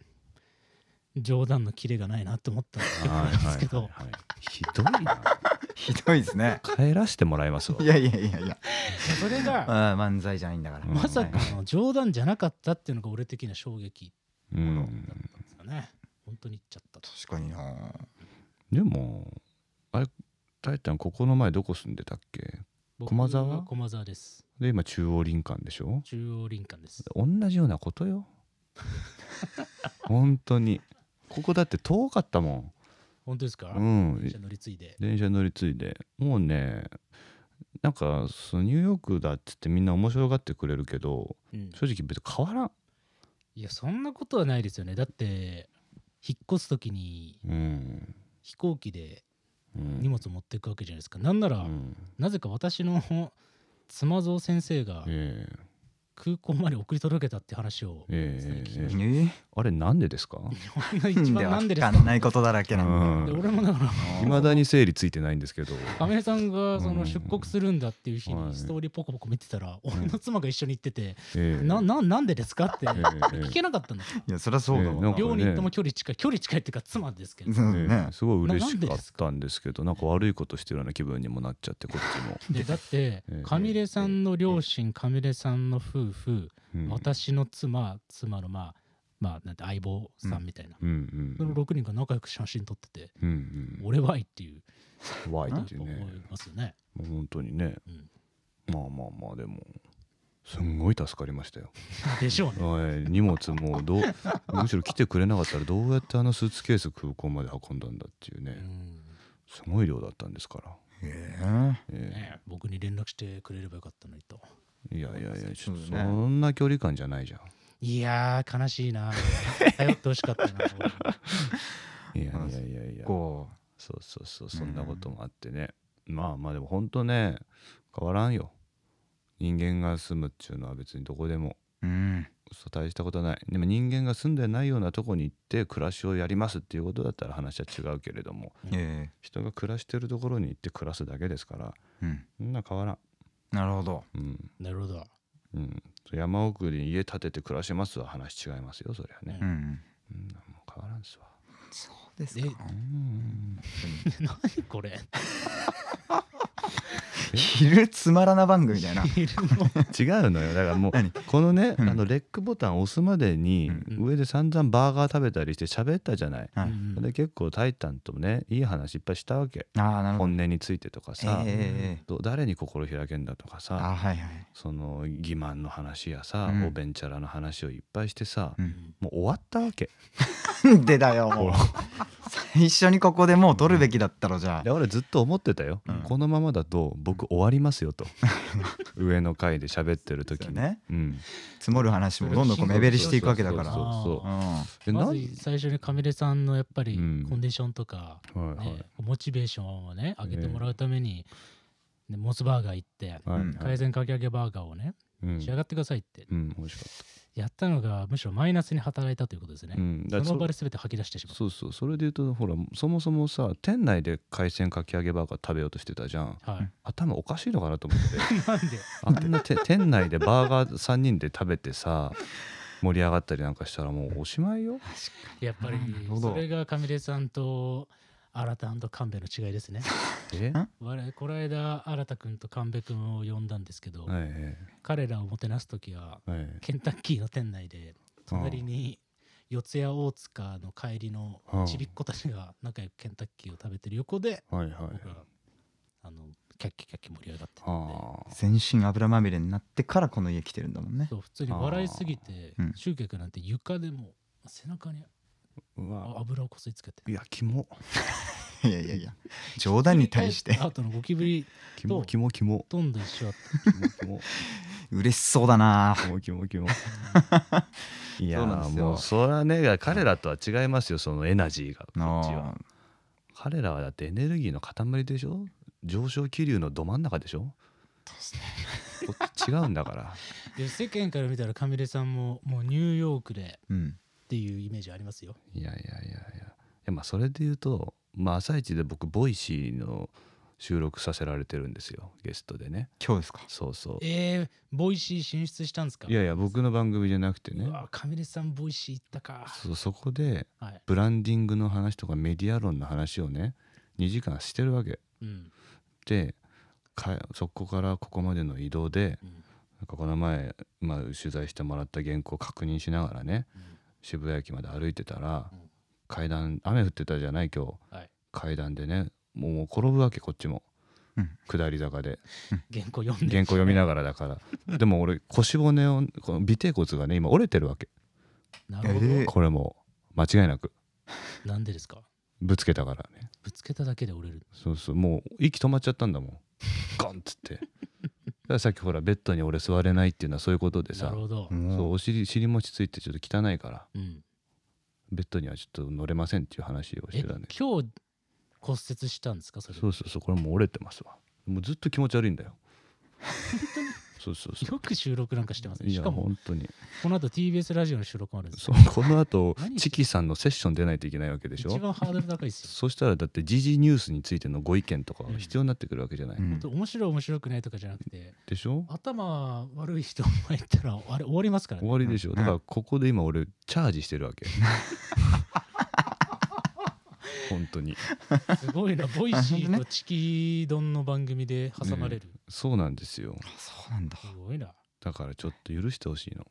Speaker 1: 冗談のキレがないなと思ったん
Speaker 3: はいはいはい
Speaker 1: ですけど
Speaker 3: はいひどいな
Speaker 2: ひどいですね
Speaker 3: 帰らせてもらいますわ
Speaker 2: いやいやいやいや
Speaker 1: それが
Speaker 2: あー漫才じゃないんだから、
Speaker 3: うん
Speaker 1: まさか
Speaker 2: はい
Speaker 1: の冗談じゃなかったっていうのが俺的な衝撃
Speaker 3: う
Speaker 1: だっ
Speaker 3: ん
Speaker 1: たんですかね本当に言っちゃったと
Speaker 2: 確かにな
Speaker 3: でもあれタイタンここの前どこ住んでたっけ
Speaker 1: 僕
Speaker 3: 駒沢
Speaker 1: は駒沢です
Speaker 3: で今中央林間でしょ
Speaker 1: 中央林間です
Speaker 3: 同じようなこ とよ本当にここだって遠かったも
Speaker 1: 本当ですか、
Speaker 3: んうん
Speaker 1: 電車乗り継いで
Speaker 3: 電車乗り継いでもうねなんかそのニューヨークだっつってみんな面白がってくれるけど
Speaker 1: うん
Speaker 3: 正直別に変わらん
Speaker 1: いやそんなことはないですよねだって引っ越す時に
Speaker 3: うん
Speaker 1: 飛行機で
Speaker 3: うん
Speaker 1: 荷物持っていくわけじゃないですか、なんなら、
Speaker 3: うん
Speaker 1: なぜか私の 妻蔵先生が
Speaker 3: ええ
Speaker 1: 空港まで送り届けたって話を
Speaker 3: ええええ
Speaker 2: え
Speaker 3: あれなんでですか
Speaker 1: こんな 一番なんでで
Speaker 2: で
Speaker 1: す
Speaker 2: わ
Speaker 1: か
Speaker 2: かんないことだらけなんだ
Speaker 1: で俺もだから
Speaker 3: いまだに整理ついてないんですけど
Speaker 1: 亀井さんがそうの
Speaker 3: ん
Speaker 1: 出国するんだっていう日
Speaker 3: は
Speaker 1: に
Speaker 3: い
Speaker 1: ストーリーポコポコ見てたら俺の妻が一緒に行ってて
Speaker 3: ええ
Speaker 1: なななんでですかって
Speaker 3: ええええ
Speaker 1: 聞けなかったんですよ
Speaker 2: いやそりゃそうだ
Speaker 3: え
Speaker 2: わ、
Speaker 3: ーなんか
Speaker 1: 両人とも距離近い距離近いっていうか妻ですけど
Speaker 2: そう
Speaker 3: ええ
Speaker 2: ね
Speaker 3: すごい嬉しかったんですけどなんか悪いことしてるような気分にもなっちゃってこっちも
Speaker 1: でだって
Speaker 3: ええ
Speaker 1: カミレさんの両親カミレさんの夫婦
Speaker 3: うん
Speaker 1: 私の妻妻のまあまあなんて相棒さんみたいな
Speaker 3: うんう
Speaker 1: その
Speaker 3: ん
Speaker 1: 6人が仲良く写真撮ってて
Speaker 3: うん
Speaker 1: 俺はいっていう
Speaker 3: うんワイ
Speaker 1: なん
Speaker 3: っ
Speaker 1: か
Speaker 3: ていう
Speaker 1: 思い
Speaker 3: ね
Speaker 1: ますよね
Speaker 3: もう本当にね
Speaker 1: うん
Speaker 3: まあまあまあでもすんごい助かりましたよ
Speaker 1: でしょ うね
Speaker 3: はい荷物もどう むしろ来てくれなかったらどうやってあのスーツケース空港まで運んだんだっていう
Speaker 1: う
Speaker 3: ね
Speaker 1: ん
Speaker 3: すごい量だったんですから、
Speaker 2: えー
Speaker 3: え
Speaker 1: ね僕に連絡してくれればよかったのにと
Speaker 3: えいやいやいやちょっ
Speaker 2: そう
Speaker 3: とそ
Speaker 2: だね
Speaker 3: んな距離感じゃないじゃん
Speaker 1: いやー悲しい な頼ってほしかったな俺も
Speaker 3: いやいやいやいや
Speaker 2: こ
Speaker 3: そうそうそうそんなこともあってね、まあまあでも本当ね変わらんよ人間が住むっちゅうのは別にどこでも
Speaker 2: ううん
Speaker 3: そう大したことないでも人間が住んでないようなとこに行って暮らしをやりますっていうことだったら話は違うけれども
Speaker 2: え
Speaker 3: 人が暮らしてるところに行って暮らすだけですから
Speaker 2: えうん
Speaker 3: そんな変わらん
Speaker 2: なるほど
Speaker 3: うん
Speaker 1: なるほど
Speaker 3: うん山奥に家建てて暮らしますは話違いますよそりゃね
Speaker 2: う、ん
Speaker 3: うん、もう変わらんすわ
Speaker 2: そうです
Speaker 1: か
Speaker 3: うん
Speaker 1: 何これ
Speaker 2: 昼つまらな番組み たいな
Speaker 1: いるの
Speaker 3: 違うのよだからもう
Speaker 2: 何
Speaker 3: このね、
Speaker 2: うん
Speaker 3: あのレックボタン押すまでに
Speaker 2: うん
Speaker 1: うん
Speaker 3: 上で散々バーガー食べたりして喋ったじゃない、
Speaker 2: はい
Speaker 1: うん
Speaker 3: で結構タイタンともねいい話いっぱいしたわけ
Speaker 2: ああなるほど
Speaker 3: 本音についてとかさ、
Speaker 2: ええええええ
Speaker 3: ど誰に心開けんだとか
Speaker 2: あ
Speaker 3: さ
Speaker 2: あはいはい
Speaker 3: その欺瞞の話やさ、
Speaker 2: うん
Speaker 3: おべんちゃらの話をいっぱいしてさ、
Speaker 2: う
Speaker 3: もう終わったわけ
Speaker 2: んでだよもう最初にここでもう取るべきだったろじゃ
Speaker 3: で俺ずっと思ってたよ、
Speaker 2: うん
Speaker 3: このままだと僕終わりますよと上の階で喋ってる時
Speaker 2: あ
Speaker 3: に、
Speaker 2: ね
Speaker 3: うん、
Speaker 2: 積もる話もどんどんこう目減りしていくわけだから
Speaker 3: そうそうそう
Speaker 2: う
Speaker 3: で
Speaker 1: ま
Speaker 3: なん
Speaker 1: ず最初にカミレさんのやっぱり
Speaker 3: うん
Speaker 1: コンディションとか、
Speaker 3: はいはい
Speaker 1: ねモチベーションをね上げてもらうために、ねモスバーガー行って、
Speaker 3: はい
Speaker 2: うん
Speaker 3: はい
Speaker 1: 海鮮かき揚げバーガーをね、
Speaker 3: うん
Speaker 1: 仕上がってくださいって
Speaker 3: うん、美味しかっ
Speaker 1: やったのがむしろマイナスに働いたということですね
Speaker 3: た。う、ん、だから
Speaker 1: その場
Speaker 3: そ
Speaker 1: で全て吐き出してしまっ
Speaker 3: そうそうそれで言うとほらそもそもさ店内で海鮮かき揚げバーガー食べようとしてたじゃん
Speaker 1: た、はい、
Speaker 3: 頭おかしいのかなと思って
Speaker 1: なんで
Speaker 3: あんなて 店内でバーガー3人で食べてさ盛り上がったりなんかしたらもうおしまいよ
Speaker 1: やっぱり
Speaker 2: なるほど
Speaker 1: それがカミレさんと新田と神戸の違いです ね。
Speaker 3: え
Speaker 2: ん
Speaker 1: 我々この間新田君と神戸君を呼んだんですけど、
Speaker 3: え
Speaker 1: 彼らをもてなす時は
Speaker 3: ええ
Speaker 1: ケンタッキーの店内で隣に四谷大塚の帰りの
Speaker 3: うん
Speaker 1: ちびっ子たちが仲良くケンタッキーを食べてる横で
Speaker 3: えはいはい
Speaker 1: 僕らあのキャッキャキャッキャ盛り上がってたんで
Speaker 3: ああ
Speaker 2: 全身油まみれになってからこの家来てるんだもんね
Speaker 1: そう普通に笑いすぎて
Speaker 2: うん
Speaker 1: 集客なんて床でもう背中に
Speaker 3: うわ
Speaker 1: 油をこすりつけて
Speaker 3: いやキモ
Speaker 2: いやいやいや冗談に対 して
Speaker 1: あとのゴキブリ
Speaker 3: キモキモキモ
Speaker 1: とんど一緒だった
Speaker 3: キモキモ
Speaker 2: 嬉しそうだな
Speaker 3: キモキモ キモいや
Speaker 2: そうなんですよ
Speaker 3: もうそれはね彼らとは違いますよそのエナジーがこっちは
Speaker 2: あ
Speaker 3: 彼らはだってエネルギーの塊でしょ上昇気流のど真ん中でしょこっち違うんだから
Speaker 1: で世間から見たらカミレさんももうニューヨークで
Speaker 2: うん
Speaker 1: っていうイメージありますよ
Speaker 3: いやいやいやいやいやまあそれで言うと、まあ、朝一で僕ボイシーの収録させられてるんですよゲストでね
Speaker 2: 今日ですか
Speaker 3: そうそう
Speaker 1: えー、ボイシー進出したんですか
Speaker 3: いやいや僕の番組じゃなくてね
Speaker 1: うわカミレさんボイシー行ったか
Speaker 3: そうそこで
Speaker 1: はい
Speaker 3: ブランディングの話とかメディア論の話をね2時間してるわけ
Speaker 1: うん
Speaker 3: でかそこからここまでの移動で
Speaker 1: うん
Speaker 3: なんかこの前、まあ、取材してもらった原稿を確認しながらね、
Speaker 1: うん
Speaker 3: 渋谷駅まで歩いてたら、
Speaker 1: うん
Speaker 3: 階段雨降ってたじゃない今日、
Speaker 1: はい
Speaker 3: 階段でねもう転ぶわけこっちも、
Speaker 2: うん
Speaker 3: 下り坂で
Speaker 1: 原稿読んで
Speaker 3: 原稿読みながらだか らでも俺腰骨をこの尾てい骨がね今折れてるわけ
Speaker 1: なるほど、
Speaker 2: え
Speaker 3: これもう間違いなく
Speaker 1: なんでですか
Speaker 3: ぶつけたからね
Speaker 1: ぶつけただけで折れる
Speaker 3: そうそうもう息止まっちゃったんだもんガンっつってだからさっきほらベッドに俺座れないっていうのはそういうことで
Speaker 1: な
Speaker 3: さ
Speaker 1: るほど
Speaker 2: う、ん
Speaker 3: そうお尻尻餅ついてちょっと汚いから
Speaker 1: うん、
Speaker 3: ベッドにはちょっと乗れませんっていう話をし
Speaker 1: え
Speaker 3: てたね
Speaker 1: 今日骨折したんですかそれ
Speaker 3: そうそうそうこれもう折れてますわもうずっと気持ち悪いんだよそうそ うそう
Speaker 1: よく収録なんかしてますね
Speaker 3: い
Speaker 1: し
Speaker 3: や
Speaker 1: かも
Speaker 3: 本当に
Speaker 1: この後 TBS ラジオの収録もあるんです
Speaker 3: そ
Speaker 1: よ
Speaker 3: うこの後
Speaker 1: 何
Speaker 3: チキさんのセッション出ないといけないわけでし
Speaker 1: 一
Speaker 3: ょ
Speaker 1: 番ハードル高いですよ
Speaker 3: そしたらだって時事ニュースについてのご意見とか
Speaker 1: うん
Speaker 3: 必要になってくるわけじゃない、
Speaker 2: うん
Speaker 1: 本当面白い面白くないとかじゃなくて
Speaker 3: でしょ
Speaker 1: 頭悪い人前行ったらあれ終わりますから
Speaker 3: 終
Speaker 1: ね
Speaker 3: わりでしょだからここで今俺チャージしてるわけ本当に
Speaker 1: すごいなボイシ
Speaker 2: あ本当
Speaker 1: ーとチキ丼の番組で挟まれる、
Speaker 3: そうなんですよ
Speaker 2: そうなんだ
Speaker 1: すごいな
Speaker 3: だからちょっと許してほしいの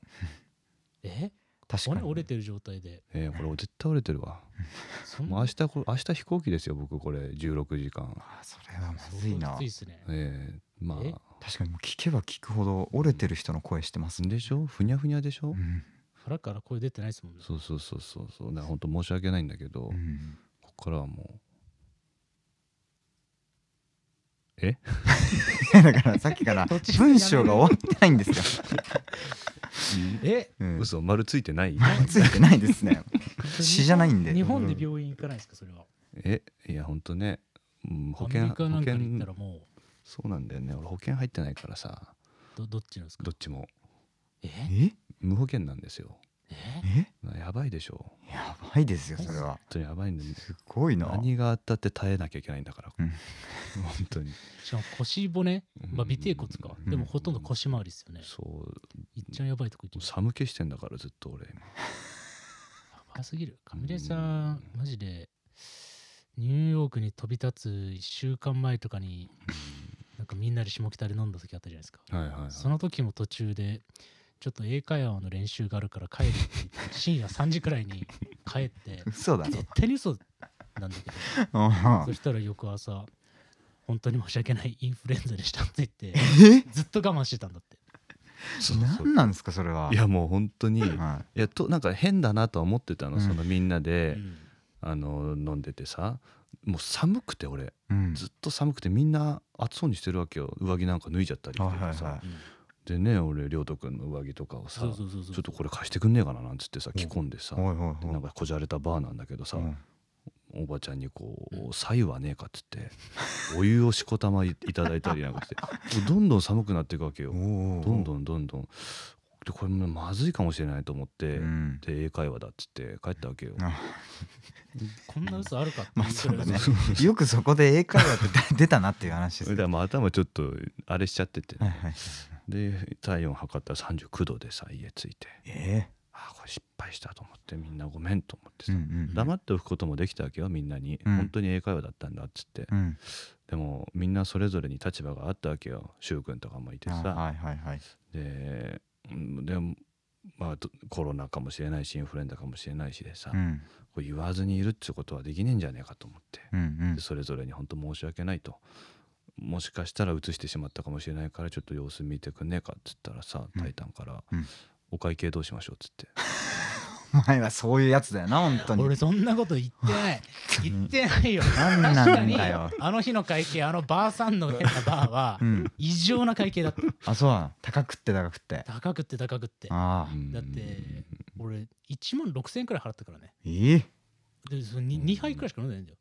Speaker 1: え
Speaker 2: 確か
Speaker 1: 骨
Speaker 2: に
Speaker 1: 折れてる状態で
Speaker 3: えーこれ絶対折れてるわ
Speaker 1: そん
Speaker 3: もう明日これ明日飛行機ですよ僕これ16時間
Speaker 2: あそれはまずいな
Speaker 1: 相当きついですね
Speaker 3: えーま
Speaker 1: え
Speaker 3: あ
Speaker 2: 確かにもう聞けば聞くほど折れてる人の声してますね、
Speaker 3: でしょふにゃふにゃでしょ、
Speaker 2: うん
Speaker 1: 腹から声出てないですもんね
Speaker 3: そうそうそうそうそうだから本当申し訳ないんだけど、
Speaker 2: うん
Speaker 3: ここからはもうえ
Speaker 2: だからさっきから
Speaker 1: 途中でやめる
Speaker 2: 文章が終わってないんですよ、
Speaker 1: え
Speaker 2: うん、
Speaker 3: 嘘丸ついてない
Speaker 2: ついてないですね詩じゃないんで
Speaker 1: 日本で病院行かないですかそれは
Speaker 3: えいやほんとね、うん、保
Speaker 1: ア
Speaker 3: 険
Speaker 1: メリカなんかに行った
Speaker 3: 保
Speaker 1: ら
Speaker 3: 険
Speaker 1: も
Speaker 3: そうなんだよね俺保険入ってないからさ
Speaker 1: うどどっちなんですか
Speaker 3: どっちも
Speaker 1: え
Speaker 2: え
Speaker 3: 無保険なんですよ
Speaker 1: え
Speaker 2: え
Speaker 3: やばいでしょ
Speaker 2: やばいですよそれは
Speaker 3: 本当にやばいんだよ
Speaker 2: すごいな
Speaker 3: 何があったって耐えなきゃいけないんだから、
Speaker 2: うん
Speaker 3: 本 当に
Speaker 1: しかも腰骨まあ尾てい骨か
Speaker 3: うん
Speaker 1: でもほとんど腰回りですよね
Speaker 3: そう
Speaker 1: 一番やばいとこ行きます
Speaker 3: 寒気してんだからずっと俺今
Speaker 1: やばすぎる上出さんマジでニューヨークに飛び立つ1週間前とかになんかみんなで下北で飲んだ時あったじゃないですか
Speaker 3: はいはい、はい、
Speaker 1: その時も途中でちょっと英会話の練習があるから帰るって言って深夜3時くらいに帰 って
Speaker 2: 嘘だ
Speaker 1: 絶対に嘘なんだけど
Speaker 2: あ
Speaker 1: そしたら翌朝本当に申し訳ないインフルエンザでしたって言って
Speaker 2: え
Speaker 1: ずっと我慢してたんだって
Speaker 3: そうそう
Speaker 2: 何なんですかそれはい
Speaker 3: やもう本当にい
Speaker 2: は
Speaker 3: やとなんか変だなとは思ってたの、
Speaker 2: うん
Speaker 3: そのみんなで、
Speaker 1: うん
Speaker 3: あの飲んでてさもう寒くて俺
Speaker 2: いうん
Speaker 3: ずっと寒くてみんな暑そうにしてるわけよ上着なんか脱いじゃったりと
Speaker 2: はい
Speaker 3: か
Speaker 2: はい
Speaker 3: さ、
Speaker 2: は
Speaker 1: うん
Speaker 3: でね俺亮斗君の上着とかをさ
Speaker 1: そうそうそうそう
Speaker 3: ちょっとこれ貸してくんねえかななんつってさ
Speaker 1: うん
Speaker 3: 着込んでさ、
Speaker 2: いおいおい
Speaker 3: で
Speaker 2: おい
Speaker 3: なんかこじゃれたバーなんだけどさ、
Speaker 2: うん
Speaker 3: おばちゃんにこ
Speaker 1: う
Speaker 3: う「白湯はねえか」っつってお湯をしこたまいいただいたりなんかしてもうどんどん寒くなっていくわけよ
Speaker 2: おお
Speaker 3: どん
Speaker 2: ん
Speaker 3: どんどんどんでこれもまずいかもしれないと思って、
Speaker 2: うん
Speaker 3: で英会話だっつって帰ったわけよ
Speaker 2: あ
Speaker 1: こんな嘘あるかって
Speaker 2: ま
Speaker 1: い
Speaker 2: あ
Speaker 1: う
Speaker 2: そう
Speaker 1: くら
Speaker 2: だ
Speaker 1: い嘘
Speaker 2: ね よくそこで英会話って 出たなっていう話です
Speaker 3: だからまあ頭ちょっとあれしちゃってて、
Speaker 2: はいはい
Speaker 3: で体温測ったら39度でさ家着いて
Speaker 2: え
Speaker 3: ああこれ失敗したと思ってみんなごめんと思って
Speaker 2: えう
Speaker 3: さ、
Speaker 2: んうん
Speaker 3: 黙っておくこともできたわけよみんなに、
Speaker 2: うん
Speaker 3: 本当に英会話だったんだっつって、
Speaker 2: うん
Speaker 3: でもみんなそれぞれに立場があったわけよ柊君とかもいて
Speaker 2: あ
Speaker 3: さ、
Speaker 2: はいはいはい
Speaker 3: でうんでもまあどコロナかもしれないしインフルエンザかもしれないしでさ、
Speaker 2: うん
Speaker 3: こう言わずにいるってことはできねえんじゃねえかと思って、
Speaker 2: うんうん
Speaker 3: でそれぞれに本当申し訳ないともしかしたら移してしまったかもしれないからちょっと様子見てくんねえかっつったらさ「
Speaker 2: うん
Speaker 3: タイタン」から
Speaker 2: うん
Speaker 3: 「お会計どうしましょう」っつ って
Speaker 2: お前はそういうやつだよな本当
Speaker 1: 俺
Speaker 2: に
Speaker 1: そんなこと言ってない言ってないよ
Speaker 2: 何なん
Speaker 1: 確かに
Speaker 2: だよ
Speaker 1: あの日の会計あのバーさんの変なバーは
Speaker 2: うん
Speaker 1: 異常な会計だった
Speaker 2: あそうなの高くって高くって
Speaker 1: 高くって高くって
Speaker 2: あ
Speaker 3: う
Speaker 2: あ
Speaker 3: ん
Speaker 1: だって俺1万6000円くらい払ったからね
Speaker 2: ええ
Speaker 1: でその 2, 2杯くらいしか飲んでないんだよ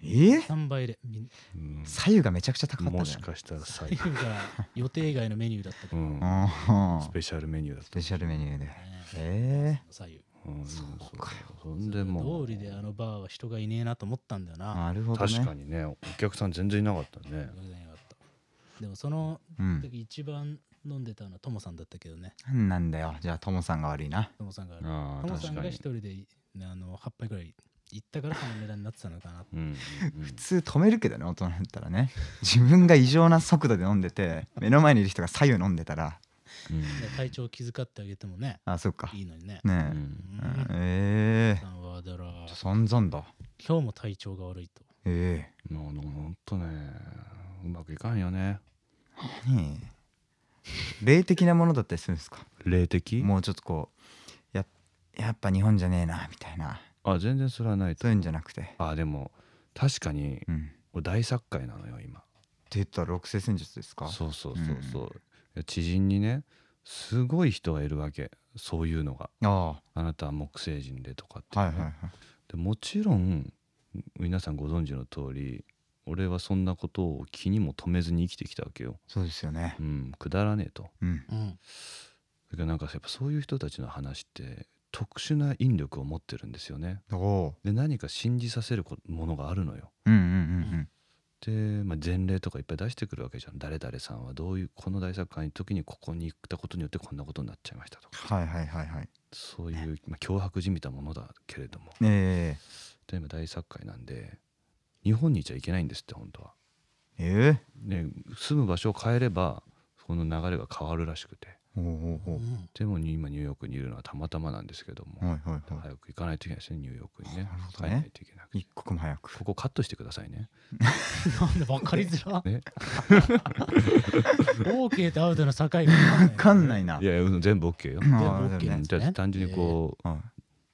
Speaker 2: ええ
Speaker 1: 3杯でみん
Speaker 3: うん
Speaker 2: 左右がめちゃくちゃ高かった
Speaker 3: も
Speaker 2: じ
Speaker 3: し
Speaker 2: ゃん
Speaker 3: かしたらさ
Speaker 1: 左、右が予定外のメニューだったか
Speaker 3: う
Speaker 1: ら、
Speaker 3: ん、
Speaker 2: ああ
Speaker 3: スペシャルメニューだっ
Speaker 2: ス
Speaker 3: た
Speaker 2: ペシャルメニューで
Speaker 1: ね
Speaker 2: ええ
Speaker 1: 左右
Speaker 3: うん
Speaker 2: そうかよ
Speaker 3: そんでもう
Speaker 1: 通りであのバーは人がいねえなと思ったんだよな
Speaker 2: なるほどね
Speaker 3: 確かにねお客さん全然いなかったね
Speaker 1: 偶然よかったでもその
Speaker 2: うん
Speaker 1: 時一番飲んでたのはトモさんだったけどね
Speaker 2: 何なんだよじゃあトモさんが悪いな
Speaker 1: トモさんが
Speaker 3: あ
Speaker 1: ト
Speaker 3: あ
Speaker 1: モさ
Speaker 3: 確
Speaker 1: ん
Speaker 3: か
Speaker 1: が一
Speaker 3: に
Speaker 1: 人でねあの8杯くらい行ったからこの値段になってたのかな
Speaker 3: うん うんうん
Speaker 2: 普通止めるけどね大人だったらね自分が異常な速度で飲んでて目の前にいる人が左右飲んでたら
Speaker 3: うん
Speaker 1: ね体調を気遣ってあげてもね
Speaker 2: あそっか
Speaker 1: いいのに ね
Speaker 3: う
Speaker 2: ね
Speaker 3: ん
Speaker 2: え、
Speaker 1: う
Speaker 2: う
Speaker 1: ん
Speaker 2: んええ
Speaker 1: さんはだから
Speaker 2: ー、散々だ
Speaker 1: 今日も体調が悪いと
Speaker 2: え
Speaker 3: もうでもほんとねうまくいかんよね
Speaker 2: え何霊的なものだったりするんですか
Speaker 3: 霊的
Speaker 2: もうちょっとこうややっぱ日本じゃねえなみたいな
Speaker 3: あ全然それはないと
Speaker 2: そういうんじゃなくて、
Speaker 3: あでも確かに
Speaker 2: うん、
Speaker 3: 俺大殺界なのよ今
Speaker 2: 出た六星戦術ですか
Speaker 3: そうそうそうそう、いや知人にねすごい人がいるわけそういうのが
Speaker 2: あ
Speaker 3: あなたは木星人でとかって
Speaker 2: あ
Speaker 3: ね、
Speaker 2: はいはいはい
Speaker 3: でもちろん皆さんご存知の通り俺はそんなことを気にも留めずに生きてきたわけよ、
Speaker 2: そうですよね
Speaker 3: うん、くだらねえと
Speaker 2: うん
Speaker 1: うん
Speaker 3: だけどなんかやっぱそういう人たちの話って特殊な引力を持ってるんですよね
Speaker 2: おお
Speaker 3: で何か信じさせるこものがあるのよ
Speaker 2: うんうん
Speaker 3: で、まあ、前例とかいっぱい出してくるわけじゃん誰々さんはどういうこの大作家の時にここに行ったことによってこんなことになっちゃいましたとか
Speaker 2: はいはいはいはい
Speaker 3: そういう、まあ、脅迫じみたものだけれども
Speaker 2: え
Speaker 3: で今大作家なんで日本にいちゃいけないんですって本当は。
Speaker 2: ええ
Speaker 3: ね、住む場所を変えればこの流れが変わるらしくて
Speaker 2: えおおお
Speaker 1: う
Speaker 2: お
Speaker 1: ん
Speaker 3: でも今ニューヨークにいるのはたまたまなんですけども、
Speaker 2: はいはいは
Speaker 3: 早く行かないといけないですねニューヨークに
Speaker 2: な
Speaker 3: ね
Speaker 2: るほ
Speaker 3: 帰
Speaker 2: ど
Speaker 3: ら
Speaker 2: ね
Speaker 3: ないといけなく
Speaker 2: い
Speaker 3: て
Speaker 2: 一刻も早く
Speaker 3: ここカットしてくださいね
Speaker 1: なんで分かりづら
Speaker 3: ね
Speaker 1: OK とアウトの境が
Speaker 2: わかんないいない
Speaker 3: やいや全部 OK よ、
Speaker 2: うん
Speaker 1: 全部
Speaker 2: あ
Speaker 1: OK
Speaker 2: ーでも
Speaker 1: なん
Speaker 2: ね
Speaker 1: です
Speaker 3: じゃ
Speaker 1: ね
Speaker 3: あ単純にこう、
Speaker 2: は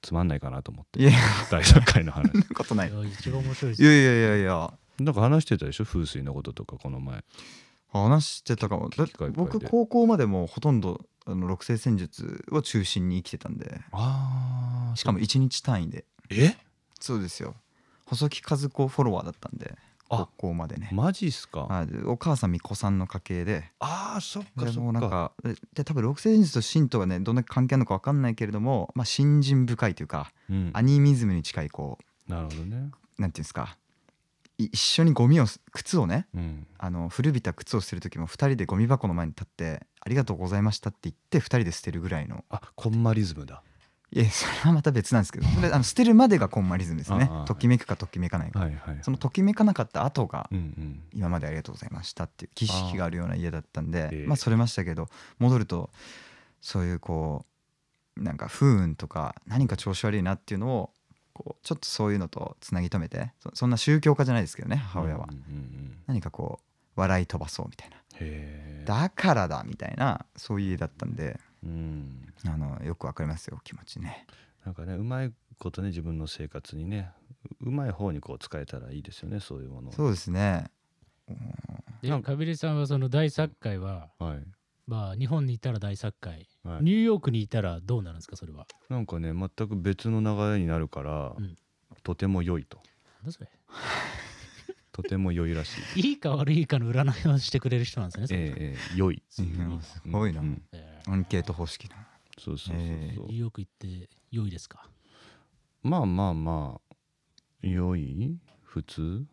Speaker 3: つまんないかなと思って
Speaker 2: いいや
Speaker 3: 大作会の話
Speaker 2: そんなことない
Speaker 1: いや一番面白いです
Speaker 2: いやいやいやいや
Speaker 3: なんか話してたでしょ風水のこととかこの前
Speaker 2: 話してたかもだ
Speaker 3: 機械
Speaker 2: 僕
Speaker 3: で
Speaker 2: 高校までもうほとんどあの六星戦術を中心に生きてたんで
Speaker 3: あ
Speaker 2: しかも1日単位で
Speaker 3: え
Speaker 2: そうですよ細木和子フォロワーだったんで
Speaker 3: あ
Speaker 2: 高校までね
Speaker 3: マジっすか、
Speaker 2: はいでお母さん巫女さんの家系で
Speaker 3: ああそっか
Speaker 2: でも
Speaker 3: そうっ
Speaker 2: なん
Speaker 3: か
Speaker 2: かでで多分六星術と神道がねどんだけ関係あるのか分かんないけれども、まあ、信心深いというか
Speaker 3: うん
Speaker 2: アニミズムに近いこ
Speaker 3: なるほどね、
Speaker 2: うなんていうんですかい一緒にゴミをす靴をね
Speaker 3: うん、
Speaker 2: あの古びた靴を捨てる時も2人でゴミ箱の前に立って「ありがとうございました」って言って2人で捨てるぐらいの
Speaker 3: あコンマリズムだ
Speaker 2: いやそれはまた別なんですけどそれあの捨てるまでがコンマリズムですね
Speaker 3: ああ
Speaker 2: ときめくかときめかないか、
Speaker 3: はいはい、はい、
Speaker 2: そのときめかなかった後が
Speaker 3: うんうん
Speaker 2: 今までありがとうございましたっていう儀式があるような家だったんで
Speaker 3: あーええ
Speaker 2: まあそれましたけど戻るとそういうこうなんか不運とか何か調子悪いなっていうのをこうちょっとそういうのとつなぎ止めてそそんな宗教家じゃないですけどね母親は
Speaker 3: うんうんうん
Speaker 2: 何かこう笑い飛ばそうみたいな
Speaker 3: へえ、
Speaker 2: だからだみたいなそういう家だったんで
Speaker 3: うん、
Speaker 2: あのよくわかりますよ気持ちね
Speaker 3: なんかねうまいことね自分の生活にねううまい方にこう使えたらいいですよねそういうものを
Speaker 2: そうですね
Speaker 3: な
Speaker 1: で
Speaker 3: んか
Speaker 1: カビレさんはその大作界は
Speaker 3: はい、
Speaker 1: まあ日本にいたら大作界
Speaker 3: はい
Speaker 1: ニューヨークにいたらどうなるんですかそれは
Speaker 3: なんかね全く別の流れになるから、
Speaker 1: うん
Speaker 3: とても良いと
Speaker 1: なんだそれ
Speaker 3: とても良いらしい
Speaker 1: いいか悪いかの占いをしてくれる人なんですねそれ
Speaker 3: ええええ良い
Speaker 1: そういう
Speaker 2: う
Speaker 1: の
Speaker 2: んすごいな、
Speaker 3: うん
Speaker 1: え
Speaker 2: アンケート方式な
Speaker 3: そうそうそうそう、
Speaker 2: ええ
Speaker 1: ーニューヨーク行って良いですか
Speaker 3: まあまあまあ良い普通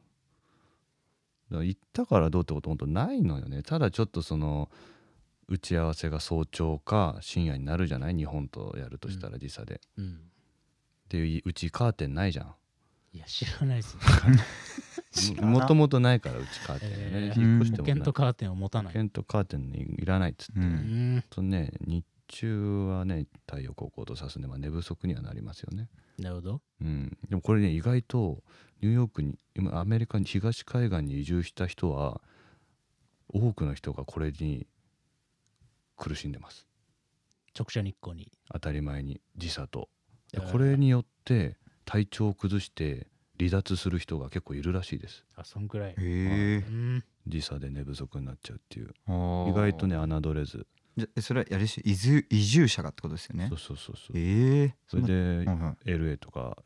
Speaker 3: だから行ったからどうってこと本当ないのよねただちょっとその打ち合わせが早朝か深夜になるじゃない日本とやるとしたら時差で、
Speaker 1: うん
Speaker 3: でいううちカーテンないじゃん
Speaker 1: いや知らないです
Speaker 3: ももともとないからうちカーテンがね、
Speaker 1: ええ
Speaker 3: 引っ越して
Speaker 1: 保
Speaker 3: もない
Speaker 1: 険とカーテンを持たない
Speaker 3: 保険とカーテンにいらないっつって、
Speaker 2: う
Speaker 1: うんん
Speaker 3: とね日中はね太陽高校とさすんで、まあ、寝不足にはなりますよね
Speaker 1: なるほど
Speaker 3: うん、でもこれね意外とニューヨークに今アメリカに東海岸に移住した人は多くの人がこれに苦しんでます
Speaker 1: 直射日光に
Speaker 3: 当たり前に時差とで
Speaker 1: えー
Speaker 3: これによって体調を崩して離脱する人が結構いるらしいです
Speaker 1: あそんくらい
Speaker 2: へえ
Speaker 1: うん
Speaker 3: 時差で寝不足になっちゃうっていう
Speaker 2: 意
Speaker 3: 意外とね侮れず
Speaker 2: じゃえそれはやりし移住移住者がってことですよね
Speaker 3: そうそうそうそう
Speaker 2: ええ
Speaker 3: そ
Speaker 2: ん
Speaker 3: れ
Speaker 2: な
Speaker 3: で
Speaker 2: はいはい
Speaker 3: LA とか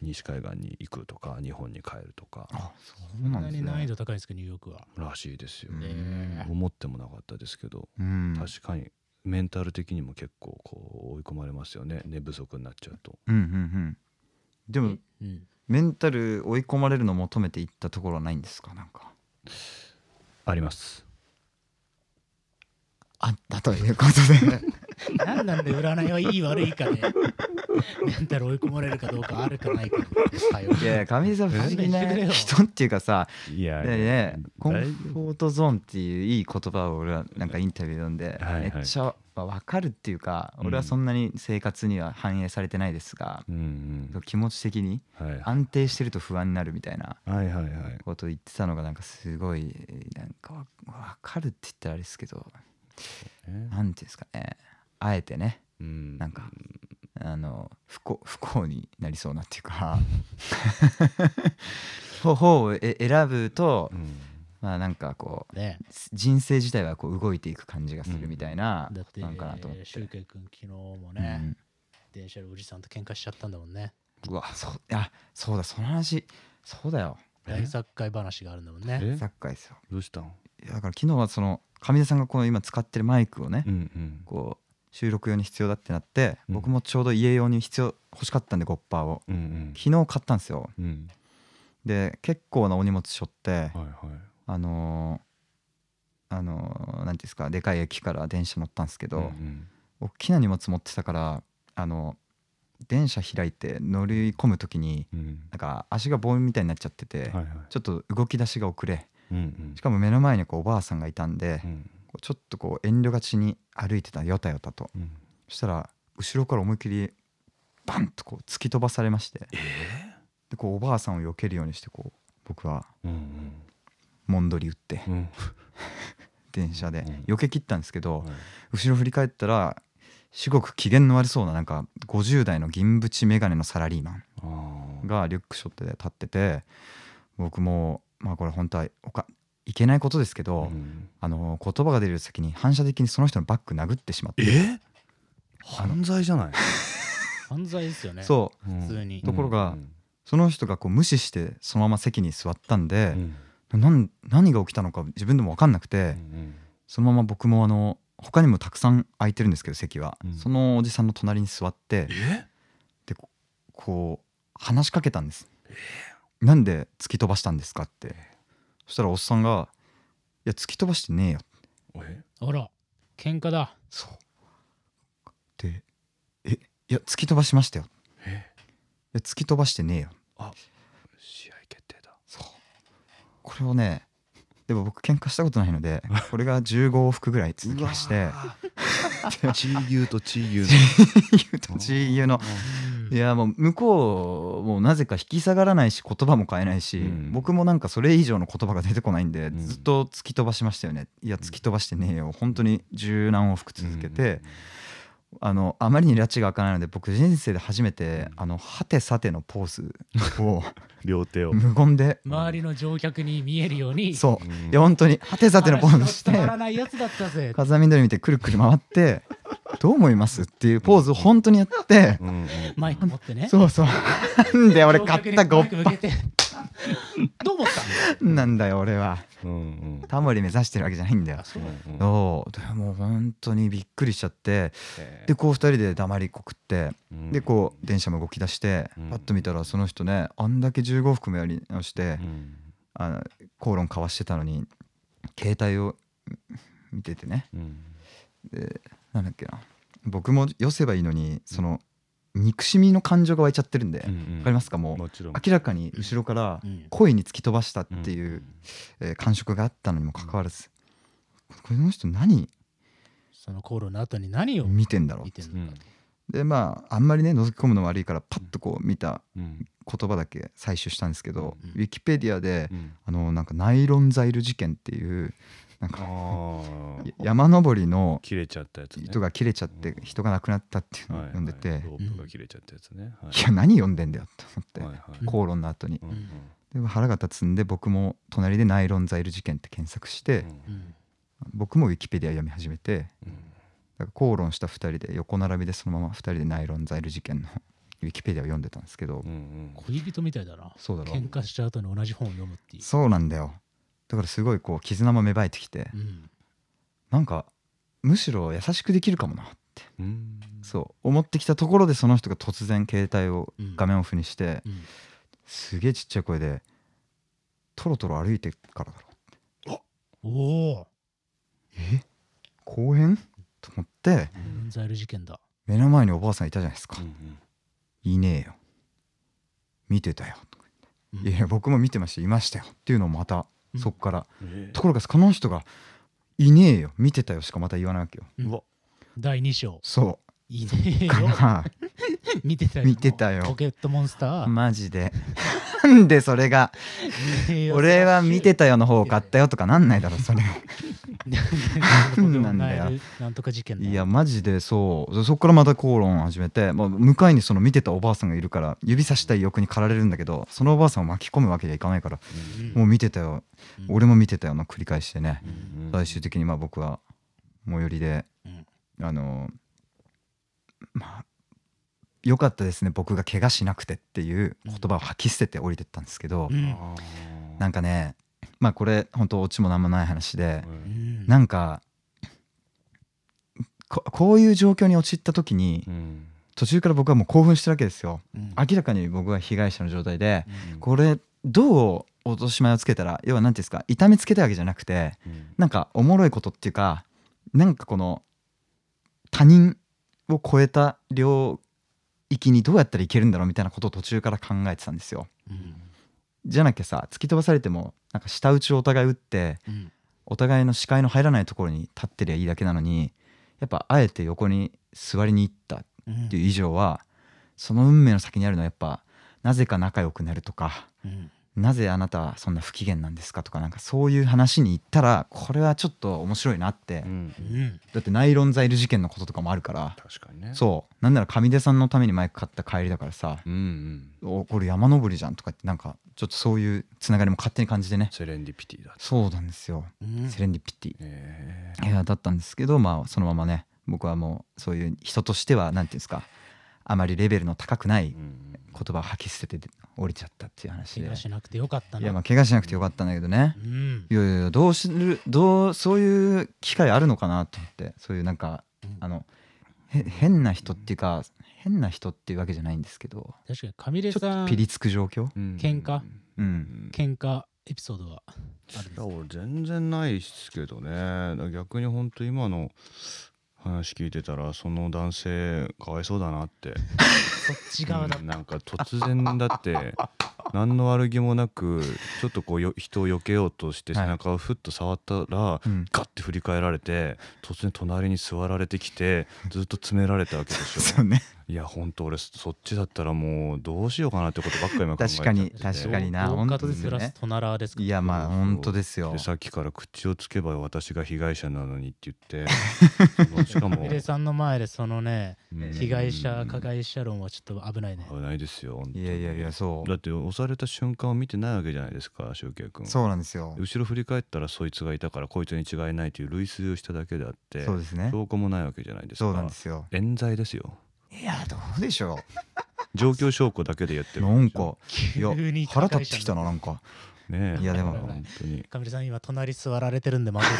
Speaker 3: 西海岸に行くとか日本に帰るとか
Speaker 2: あそう
Speaker 1: そん
Speaker 2: な
Speaker 1: なん
Speaker 2: です
Speaker 1: に難易
Speaker 2: ね
Speaker 1: 度高いですかニューヨークは
Speaker 3: らしいですよ
Speaker 2: うん
Speaker 1: え
Speaker 3: 思ってもなかったですけど
Speaker 2: うん
Speaker 3: 確かにメンタル的にも結構こう追い込まれますよね寝不足になっちゃうと
Speaker 2: うんうんうんでも
Speaker 1: えうん
Speaker 2: メンタル追い込まれるの求めていったところはないんですかなんか
Speaker 3: あります
Speaker 2: あったということで
Speaker 1: 何なんで占いはいい悪いかで、メンタル追い込まれるかどうかあるかないかの差よ。
Speaker 2: いやいや上地さん不思議
Speaker 1: 勘弁してくれ
Speaker 2: な
Speaker 1: よ
Speaker 2: 人っていうかさ
Speaker 3: いや
Speaker 2: いやいやコン
Speaker 3: だい
Speaker 2: フォートゾーンっていういい言葉を俺はなんかインタビュー読んで
Speaker 3: はいはい
Speaker 2: めっちゃ分かるっていうか
Speaker 3: うん
Speaker 2: 俺はそんなに生活には反映されてないですが
Speaker 3: うんうん
Speaker 2: 気持ち的に
Speaker 3: はいは
Speaker 2: 安定してると不安になるみたいない
Speaker 3: はいはい
Speaker 2: ことを言ってたのがなんかすごいなんかわ分かるって言ったらあれですけど
Speaker 3: ね
Speaker 2: なんていうんですかねあえてね
Speaker 3: うん
Speaker 2: なんかあの不幸不幸になりそうなっていう か方法をえ選ぶと
Speaker 3: うん
Speaker 2: まあなんかこう
Speaker 1: ね
Speaker 2: 人生自体はこう動いていく感じがするみたいな、
Speaker 1: だって
Speaker 2: なんかなと思っ、て
Speaker 1: シュウケイ君、昨日も
Speaker 2: う
Speaker 1: ね、
Speaker 2: ん
Speaker 1: 電車でおじさんと喧嘩しちゃったんだもんね。
Speaker 2: うわそうあそうだその話そうだよ
Speaker 3: え
Speaker 1: 大作会話があるんだもんね。
Speaker 3: え
Speaker 2: サッカーですよ
Speaker 3: どうしたん
Speaker 2: いやだから昨日はその上田さんがこの今使ってるマイクをね、
Speaker 3: うんうん
Speaker 2: こう収録用に必要だってなって、
Speaker 3: うん
Speaker 2: 僕もちょうど家用に必要欲しかったんでゴッパーを
Speaker 3: うんうん
Speaker 2: 昨日買ったんですよ
Speaker 3: うん
Speaker 2: で結構なお荷物しょって、
Speaker 3: はいはい
Speaker 2: あのーあのーなんていうんですかでかい駅から電車乗ったんですけど、
Speaker 3: うんうん
Speaker 2: 大きな荷物持ってたからあの電車開いて乗り込む時に
Speaker 3: うん
Speaker 2: なんか足が棒みたいになっちゃってて、
Speaker 3: はいはい
Speaker 2: ちょっと動き出しが遅れ
Speaker 3: うんうん
Speaker 2: しかも目の前にこうおばあさんがいたんで、
Speaker 3: うん
Speaker 2: こうちょっとこう遠慮がちに歩いてたよたよたと
Speaker 3: うん
Speaker 2: そしたら後ろから思いっきりバンとこう突き飛ばされましてでこうおばあさんを避けるようにしてこう僕は
Speaker 3: うん
Speaker 2: もんどり打って
Speaker 3: うんうん
Speaker 2: 電車で
Speaker 3: うん
Speaker 2: 避け切ったんですけど、
Speaker 3: はい
Speaker 2: 後ろ振り返ったら至極機嫌の悪そうななんか50代の銀縁眼鏡のサラリーマン
Speaker 3: あー
Speaker 2: がリュックショットで立ってて僕もまあこれ本当はおかいけないことですけど、
Speaker 3: うん
Speaker 2: あの言葉が出る先に反射的にその人のバッグ殴ってしまって、
Speaker 3: え犯罪じゃない
Speaker 1: 犯罪ですよね。
Speaker 2: そう
Speaker 3: うん
Speaker 1: 普通に
Speaker 2: ところが
Speaker 3: うん
Speaker 2: その人がこう無視してそのまま席に座ったん
Speaker 3: う
Speaker 2: で、
Speaker 3: ん
Speaker 2: なん何が起きたのか自分でも分かんなくて、
Speaker 3: うん
Speaker 2: そのまま僕もあの他にもたくさん空いてるんですけど席は、
Speaker 3: うん
Speaker 2: そのおじさんの隣に座って
Speaker 3: え
Speaker 2: でここう話しかけたんです、なんで突き飛ばしたんですかってそしたらおっさんが「いや突き飛ばしてねえよ
Speaker 3: え
Speaker 1: あら、喧嘩だ。」
Speaker 2: そうで「えいや突き飛ばしましたよ」
Speaker 3: え
Speaker 2: いや突き飛ばしてねえよ
Speaker 3: 試合決定だ」
Speaker 2: そうこれをねでも僕喧嘩したことないの でこれが15往復ぐらい続きまして
Speaker 3: チーユーとチーユー
Speaker 2: 言うと自由のいやもう向こうもなぜか引き下がらないし言葉も変えないし、
Speaker 3: うん
Speaker 2: 僕もなんかそれ以上の言葉が出てこないんで、
Speaker 3: ん
Speaker 2: ずっと突き飛ばしましたよねいや突き飛ばしてねえよ本当に十何往復続けて、あのあまりに拉致が開かないので僕人生で初めて、
Speaker 3: うん
Speaker 2: あのはてさてのポーズを
Speaker 3: 両手を
Speaker 2: 無言で
Speaker 1: 周りの乗客に見えるように、
Speaker 2: そうう、
Speaker 3: ん
Speaker 2: いや本当にはてさてのポーズして
Speaker 1: 話が伝わらないやつだったぜ。
Speaker 2: 風見鶏見てくるくる回ってどう思いますっていうポーズを本当にやって、
Speaker 3: うんうん
Speaker 1: マイク持ってね。
Speaker 2: そうそうなんで俺買ったゴッパ
Speaker 1: パ。 どう思った
Speaker 2: なんだよ俺は
Speaker 3: うんうん
Speaker 2: タモリ目指してるわけじゃないんだよ
Speaker 1: あ。そう
Speaker 3: うんうん
Speaker 2: そうでも本当にびっくりしちゃって
Speaker 3: へー
Speaker 2: でこう2人で黙りこくって
Speaker 3: うん
Speaker 2: でこう電車も動き出して
Speaker 3: うん
Speaker 2: パッと見たらその人ねあんだけ15往復もやり直して
Speaker 3: うん
Speaker 2: あの口論交わしてたのに携帯をうん見ててね
Speaker 3: うん
Speaker 2: でなんだっけな僕も寄せばいいのにその憎しみの感情が湧いちゃってるんで
Speaker 3: うんうん
Speaker 2: わかりますかもう
Speaker 3: もちろん
Speaker 2: 明らかに後ろから
Speaker 1: うん
Speaker 2: 恋に突き飛ばしたっ
Speaker 3: ん
Speaker 2: ていうえー感触があったのにもかかわらず、この人何
Speaker 1: その口論の後に何を
Speaker 2: 見てんだろう
Speaker 1: 見て
Speaker 2: っ
Speaker 1: ん
Speaker 2: て
Speaker 1: のか。
Speaker 2: でまああんまりね覗き込むの悪いからパッとこう見た
Speaker 3: うん
Speaker 2: 言葉だけ採取したんですけど、
Speaker 1: うん
Speaker 2: ウィキペディアで
Speaker 3: うん
Speaker 2: あのなんかナイロンザイル事件っていうなん
Speaker 3: あ
Speaker 2: か
Speaker 3: ー
Speaker 2: や山登りの
Speaker 3: 切れちゃったやつね
Speaker 2: 糸が切れちゃって
Speaker 3: うん
Speaker 2: 人が亡くなったっていうのを
Speaker 3: はい
Speaker 2: 読んでて、
Speaker 3: はいいロープが切れちゃったやつねはい
Speaker 2: や何読んでんだよと思って、
Speaker 3: はいはい
Speaker 2: 口論の後に
Speaker 3: うん
Speaker 2: で腹が立つんで僕も隣でナイロンザイル事件って検索して、
Speaker 3: うん
Speaker 1: うん
Speaker 2: 僕もウィキペディア読み始めて
Speaker 3: うん
Speaker 2: なんか口論した2人で横並びでそのまま2人でナイロンザイル事件のウィキペディアを読んでたんですけど、
Speaker 3: うん
Speaker 1: 恋人みたいだな。
Speaker 2: そうだろ
Speaker 1: 喧嘩しちゃうとに同じ本を読むっていう。
Speaker 2: そうなんだよだからすごいこう絆も芽生えてきて、
Speaker 1: うん
Speaker 2: なんかむしろ優しくできるかもなって
Speaker 3: うんうん
Speaker 2: そう思ってきたところでその人が突然携帯を
Speaker 1: うん
Speaker 2: 画面オフにして、
Speaker 1: うん
Speaker 2: すげえちっちゃい声で「トロトロ歩いてからだろ
Speaker 1: おお。」
Speaker 2: え公園と思って
Speaker 1: うんザイル事件だ。
Speaker 2: 目の前におばあさんいたじゃないですか、
Speaker 3: うん
Speaker 2: いねえよ見てたよ、
Speaker 1: うん
Speaker 2: いや僕も見てましたいましたよっていうのをまた
Speaker 1: うん
Speaker 2: そっから、
Speaker 3: うん
Speaker 2: ところがこの人がいねえよ見てたよしかまた言わないわけよ
Speaker 1: うん
Speaker 3: うわ
Speaker 1: 第2章。
Speaker 2: そ
Speaker 1: いいね
Speaker 2: うか
Speaker 1: よ。
Speaker 2: な
Speaker 1: 見てたよ。
Speaker 2: 見てたよ
Speaker 1: ポケットモンスター。
Speaker 2: マジでなんでそれが
Speaker 1: いいねよ
Speaker 2: 俺は見てたよの方を買ったよとかなんないだろそれなんだよ。
Speaker 1: なんとか事件だ。
Speaker 2: いやマジでそうそっからまた口論を始めて、まあ、向かいにその見てたおばあさんがいるから指さしたい欲に駆られるんだけどそのおばあさんを巻き込むわけにはいかないから
Speaker 1: うん、
Speaker 2: もう見てたよ
Speaker 1: うん
Speaker 2: 俺も見てたよの繰り返してね
Speaker 3: うん
Speaker 2: 最終的にまあ僕は最寄りで
Speaker 1: うん
Speaker 2: あのまあよかったですね僕が怪我しなくてっていう言葉を吐き捨てて降りてったんですけど
Speaker 1: うん
Speaker 3: あー
Speaker 2: なんかねまあこれ本当オチも何もない話で、
Speaker 1: う
Speaker 3: うん
Speaker 1: ん
Speaker 2: なんかここういう状況に陥った時に
Speaker 3: うん
Speaker 2: 途中から僕はもう興奮してるわけですよ
Speaker 1: うん
Speaker 2: 明らかに僕は被害者の状態で
Speaker 1: うん
Speaker 2: これどう落とし前をつけたら要は何ていうんですか痛めつけたわけじゃなくて
Speaker 3: うん
Speaker 2: なんかおもろいことっていうかなんかこの他人を超えた領域にどうやったらいけるんだろうみたいなことを途中から考えてたんですよ。
Speaker 1: うん
Speaker 2: じゃなきゃさ突き飛ばされてもなんか舌打ちをお互い打って
Speaker 1: うん
Speaker 2: お互いの視界の入らないところに立ってりゃいいだけなのにやっぱあえて横に座りに行ったっ
Speaker 1: うん
Speaker 2: ていう以上はその運命の先にあるのはやっぱなぜか仲良くなるとか
Speaker 1: うん
Speaker 2: なぜあなたはそんな不機嫌なんですかとかなんかそういう話に行ったらこれはちょっと面白いなって
Speaker 3: うん
Speaker 1: うん
Speaker 2: だってナイロンザイル事件のこととかもあるから
Speaker 3: 確かにね
Speaker 2: そうなんなら上出さんのためにマイク買った帰りだからさ
Speaker 3: うんうん
Speaker 2: おこれ山登りじゃんとか言ってなんかちょっとそういうつながりも勝手に感じてね
Speaker 3: セレンディピティだ
Speaker 2: そうなんですよ
Speaker 1: うん
Speaker 2: セレンディピティ
Speaker 3: え
Speaker 2: いやだったんですけどまあそのままね僕はもうそういう人としては何ていうんですかあまりレベルの高くない
Speaker 3: ーう
Speaker 2: 言
Speaker 3: ん
Speaker 2: 葉を吐き捨てて降りちゃったっていう話
Speaker 1: 怪
Speaker 2: で
Speaker 1: 我しなくてよかった
Speaker 2: い
Speaker 1: な。
Speaker 2: やまあ怪我しなくてよかったんだけどね
Speaker 1: うん
Speaker 2: いやいやいやどうするどうそういう機会あるのかなと思ってそういうなんか
Speaker 1: うん
Speaker 2: あのへ変な人っていうか変な人っていうわけじゃないんですけど
Speaker 1: 確かに、カミレ
Speaker 2: ちょっ
Speaker 1: さ
Speaker 2: と
Speaker 1: ん、
Speaker 2: ピリつく状況
Speaker 3: うん
Speaker 1: 喧嘩
Speaker 2: う
Speaker 3: うんん
Speaker 1: 喧嘩エピソードはあるん
Speaker 3: い
Speaker 1: です
Speaker 3: や
Speaker 1: か
Speaker 3: 俺全然ないですけどねだから逆に本当今の話聞いてたらその男性かわいそうだなって
Speaker 1: そっち側だ
Speaker 3: うんなんか突然だって何の悪気もなくちょっとこうよ人を避けようとして背
Speaker 2: はい
Speaker 3: 中をふっと触ったら、
Speaker 2: うん
Speaker 3: ガッて振り返られて突然隣に座られてきてずっと詰められたわけでし
Speaker 2: そう
Speaker 3: ょ
Speaker 2: ね
Speaker 3: いやほんと俺そっちだったらもうどうしようかなってことばっかり今考えちゃ
Speaker 2: 確
Speaker 3: って
Speaker 2: かに
Speaker 3: て
Speaker 2: 確かにな
Speaker 1: 同
Speaker 2: 本当
Speaker 1: 同
Speaker 2: で
Speaker 1: 化
Speaker 2: すよ
Speaker 1: プラス
Speaker 2: ね
Speaker 1: トナラーですか
Speaker 2: いやまあ本当ですよ
Speaker 3: でさっきから口をつけば私が被害者なのにって 言ってそのしか
Speaker 1: カ
Speaker 3: も
Speaker 1: ミレさんの前でそのね
Speaker 3: うん
Speaker 1: 被害者加害者論はちょっと危ないね
Speaker 3: 危ないですよ
Speaker 2: いやいやいやそう
Speaker 3: だって押された瞬間を見てないわけじゃないですかシュウケイ君
Speaker 2: そうなんですよ。
Speaker 3: 後ろ振り返ったらそいつがいたからこいつに違いないという類推をしただけであって
Speaker 2: そうですね。
Speaker 3: 証拠もないわけじゃないですか
Speaker 2: そうなんですよ。
Speaker 3: 冤罪ですよ
Speaker 2: いやどうでしょ
Speaker 3: 状況証拠だけでやって
Speaker 2: う。な
Speaker 3: るわけ
Speaker 2: ん
Speaker 3: でしょ
Speaker 2: かいや
Speaker 1: 急に
Speaker 2: 腹立ってきたななんか。
Speaker 3: ねえ
Speaker 2: いやでも
Speaker 3: 本当に
Speaker 1: カミレさん今隣座られてるんでまずい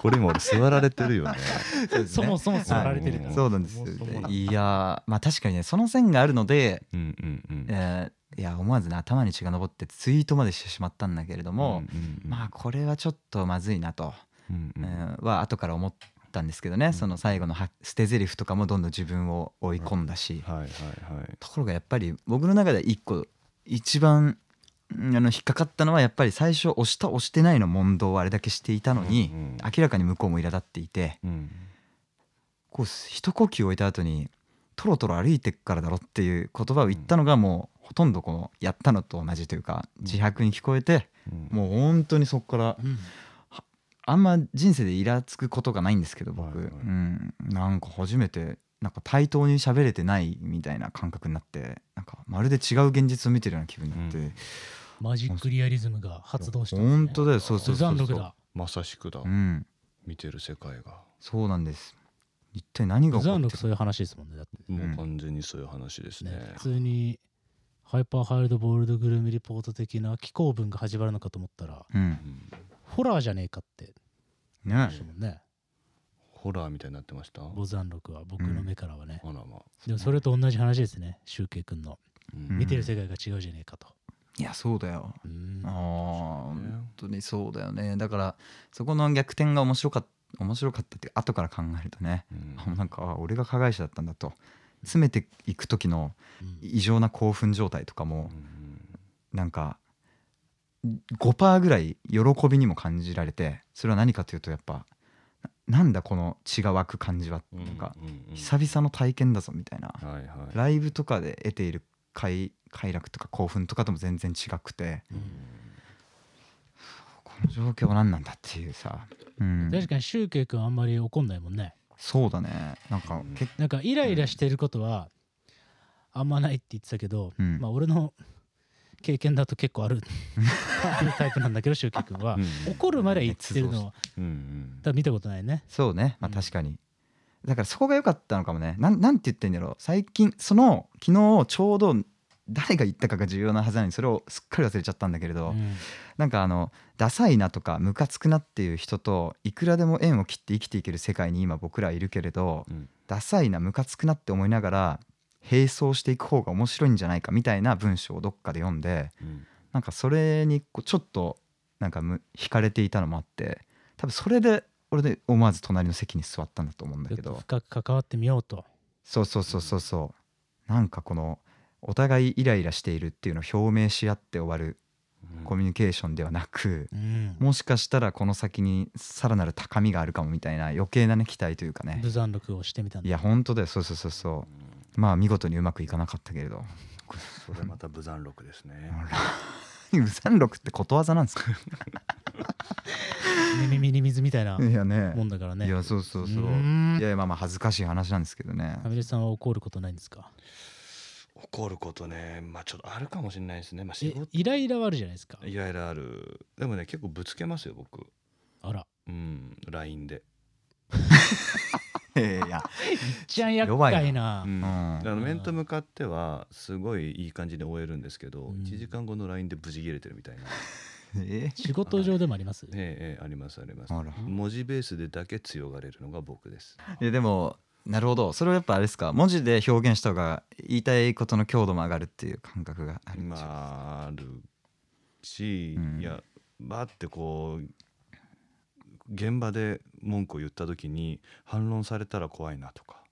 Speaker 3: これ今俺座られてるよ ね
Speaker 1: そもそも座られてるから
Speaker 3: はい
Speaker 2: そうなんです
Speaker 1: そもそも
Speaker 2: よ。
Speaker 1: ない
Speaker 2: やまあ確かにねその線があるので、
Speaker 3: うんうんうん
Speaker 2: えーいや思わずね頭に血が上ってツイートまでしてしまったんだけれども、まあこれはちょっとまずいなと、
Speaker 3: うんうん
Speaker 2: うんは後から思ったんですけどね、
Speaker 3: ん
Speaker 2: その最後のは捨て台詞とかもどんどん自分を追い込んだし、
Speaker 3: はいはいはい
Speaker 2: ところがやっぱり僕の中では一個一番うんあの引っかかったのはやっぱり最初押した押してないの問答をあれだけしていたのに、
Speaker 3: うんうん
Speaker 2: 明らかに向こうも苛立っていて
Speaker 3: うん
Speaker 2: こう一呼吸置いた後にトロトロ歩いてくからだろっていう言葉を言ったのがもうほとんどこのやったのと同じというか
Speaker 3: ん
Speaker 2: 自白に聞こえて
Speaker 3: うん
Speaker 2: もう本当にそこから
Speaker 1: うん
Speaker 2: あんま人生でイラつくことがないんですけど僕、
Speaker 3: はいはい
Speaker 2: うん、なんか初めてなんか対等に喋れてないみたいな感覚になってなんかまるで違う現実を見てるような気分になって、
Speaker 3: うん
Speaker 1: マジックリアリズムが発動したんですね
Speaker 2: 本当だよそうそ
Speaker 1: ス
Speaker 2: うそ
Speaker 1: ザン
Speaker 2: う
Speaker 1: ロ
Speaker 2: そ
Speaker 1: ク
Speaker 2: う、
Speaker 1: だ
Speaker 3: まさしくだ
Speaker 2: うん、
Speaker 3: 見てる世界が
Speaker 2: そうなんです一体何が
Speaker 1: ス
Speaker 2: 起
Speaker 1: ザ
Speaker 2: こ
Speaker 1: ン
Speaker 2: っ
Speaker 1: ロ
Speaker 2: て
Speaker 1: ク
Speaker 2: る
Speaker 1: そういう話ですもんねだって
Speaker 3: もう完全にそういう話です
Speaker 1: ね
Speaker 3: ね
Speaker 1: 普通にハイパーハイルドボールドグルメリポート的な気候文が始まるのかと思ったら
Speaker 2: うん
Speaker 3: うん
Speaker 1: ホラーじゃねえかって
Speaker 2: ね
Speaker 1: でしたもんね
Speaker 3: ホラーみたいになってましたあ
Speaker 1: ボザンロクは僕の目からはね
Speaker 3: らま
Speaker 1: でもそれと同じ話ですねシュウケイ君の
Speaker 3: うん
Speaker 1: 見てる世界が違うじゃねえかと
Speaker 2: いやそうだよ
Speaker 1: うん
Speaker 2: あー
Speaker 3: そうですね
Speaker 2: 本当にそうだよねだからそこの逆転が面白かっ面白かったって後から考えるとね、
Speaker 3: うん
Speaker 2: あなんかあ俺が加害者だったんだと詰めていく時の
Speaker 1: うん
Speaker 2: 異常な興奮状態とかも
Speaker 3: うん
Speaker 2: なんか5%ぐらい喜びにも感じられてそれは何かというとやっぱななんだこの血が湧く感じは
Speaker 3: う
Speaker 2: なんか
Speaker 3: うう
Speaker 2: 久々の体験だぞみたいな
Speaker 3: はいはい
Speaker 2: ライブとかで得ている快快楽とか興奮とかとも全然違くてこの状況は何なんだっていうさ、うん、
Speaker 1: 確かにシュウケイ君あんまり怒んないもんね
Speaker 2: そうだねなんか
Speaker 3: うん
Speaker 2: 結
Speaker 1: なんかイライラしてることはあんまないって言ってたけど、
Speaker 2: うん
Speaker 1: まあ俺の経験だと結構あるあるタイプなんだけどシュウケイ君は、
Speaker 3: うん
Speaker 1: 怒るまでは言ってるのは
Speaker 3: うんうん
Speaker 1: 多分見たことないね
Speaker 2: そうねまあ
Speaker 1: うん
Speaker 2: 確かに、だからそこが良かったのかもねなんなんて言ってんだろう最近その昨日ちょうど誰が言ったかが重要なはずなのにそれをすっかり忘れちゃったんだけれど、
Speaker 1: うん
Speaker 2: なんかあのダサいなとかムカつくなっていう人といくらでも縁を切って生きていける世界に今僕らいるけれど、
Speaker 3: うん
Speaker 2: ダサいなムカつくなって思いながら並走していく方が面白いんじゃないかみたいな文章をどっかで読んで
Speaker 3: うん
Speaker 2: なんかそれにこうちょっとなんかむ惹かれていたのもあって多分それで俺で思わず隣の席に座ったんだと思うんだ
Speaker 1: ちょっ
Speaker 2: け
Speaker 1: と
Speaker 2: ど
Speaker 1: 深く関わってみようと
Speaker 2: そうそうそうそうそうなんかこのお互いイライラしているっていうのを表明し合って終わる
Speaker 3: うん
Speaker 2: コミュニケーションではなく。
Speaker 1: うん
Speaker 2: もしかしたらこの先にさらなる高みがあるかもみたいな余計なね期待というかね
Speaker 1: ブザン録をしてみたん
Speaker 2: い
Speaker 1: だ
Speaker 2: や本当だよそうそうそうそうまあ見事にうまくいかなかったけれど
Speaker 3: そ れまた武山録ですね
Speaker 2: 無残録ってことわざなんですか
Speaker 1: ミニミニ水みたいない
Speaker 2: やね
Speaker 1: もんだからね
Speaker 2: いやそうそうそう
Speaker 1: うーん
Speaker 2: いやいやまあまあ恥ずかしい話なんですけどね
Speaker 1: ファミレスさんは怒ることないんですか
Speaker 3: 怒ることねまあちょっとあるかもしれないですねまあ仕
Speaker 1: え
Speaker 3: 事
Speaker 1: イライラはあるじゃないですか
Speaker 3: イライラあるでもね結構ぶつけますよ僕
Speaker 1: あら
Speaker 3: うん LINE で、
Speaker 2: いやい
Speaker 1: い
Speaker 2: や
Speaker 1: っちゃん厄
Speaker 2: 弱
Speaker 1: 介
Speaker 2: い
Speaker 1: な
Speaker 3: うん
Speaker 2: うん
Speaker 3: あの面と向かってはすごいいい感じで終えるんですけど、
Speaker 1: うん
Speaker 3: 1時間後の LINE で無事切れてる みたいな、ね
Speaker 2: え
Speaker 1: 仕事上でもあります
Speaker 3: えええありますあります
Speaker 2: あら
Speaker 3: 文字ベースでだけ強がれるのが 僕です
Speaker 2: いやでもなるほどそれはやっぱあれですか文字で表現した方が言いたいことの強度も上がるっていう感覚があるんでしょう
Speaker 3: まああるし、
Speaker 2: うん
Speaker 3: いやバーってこう現場で文句を言った時に反論されたら怖いなとか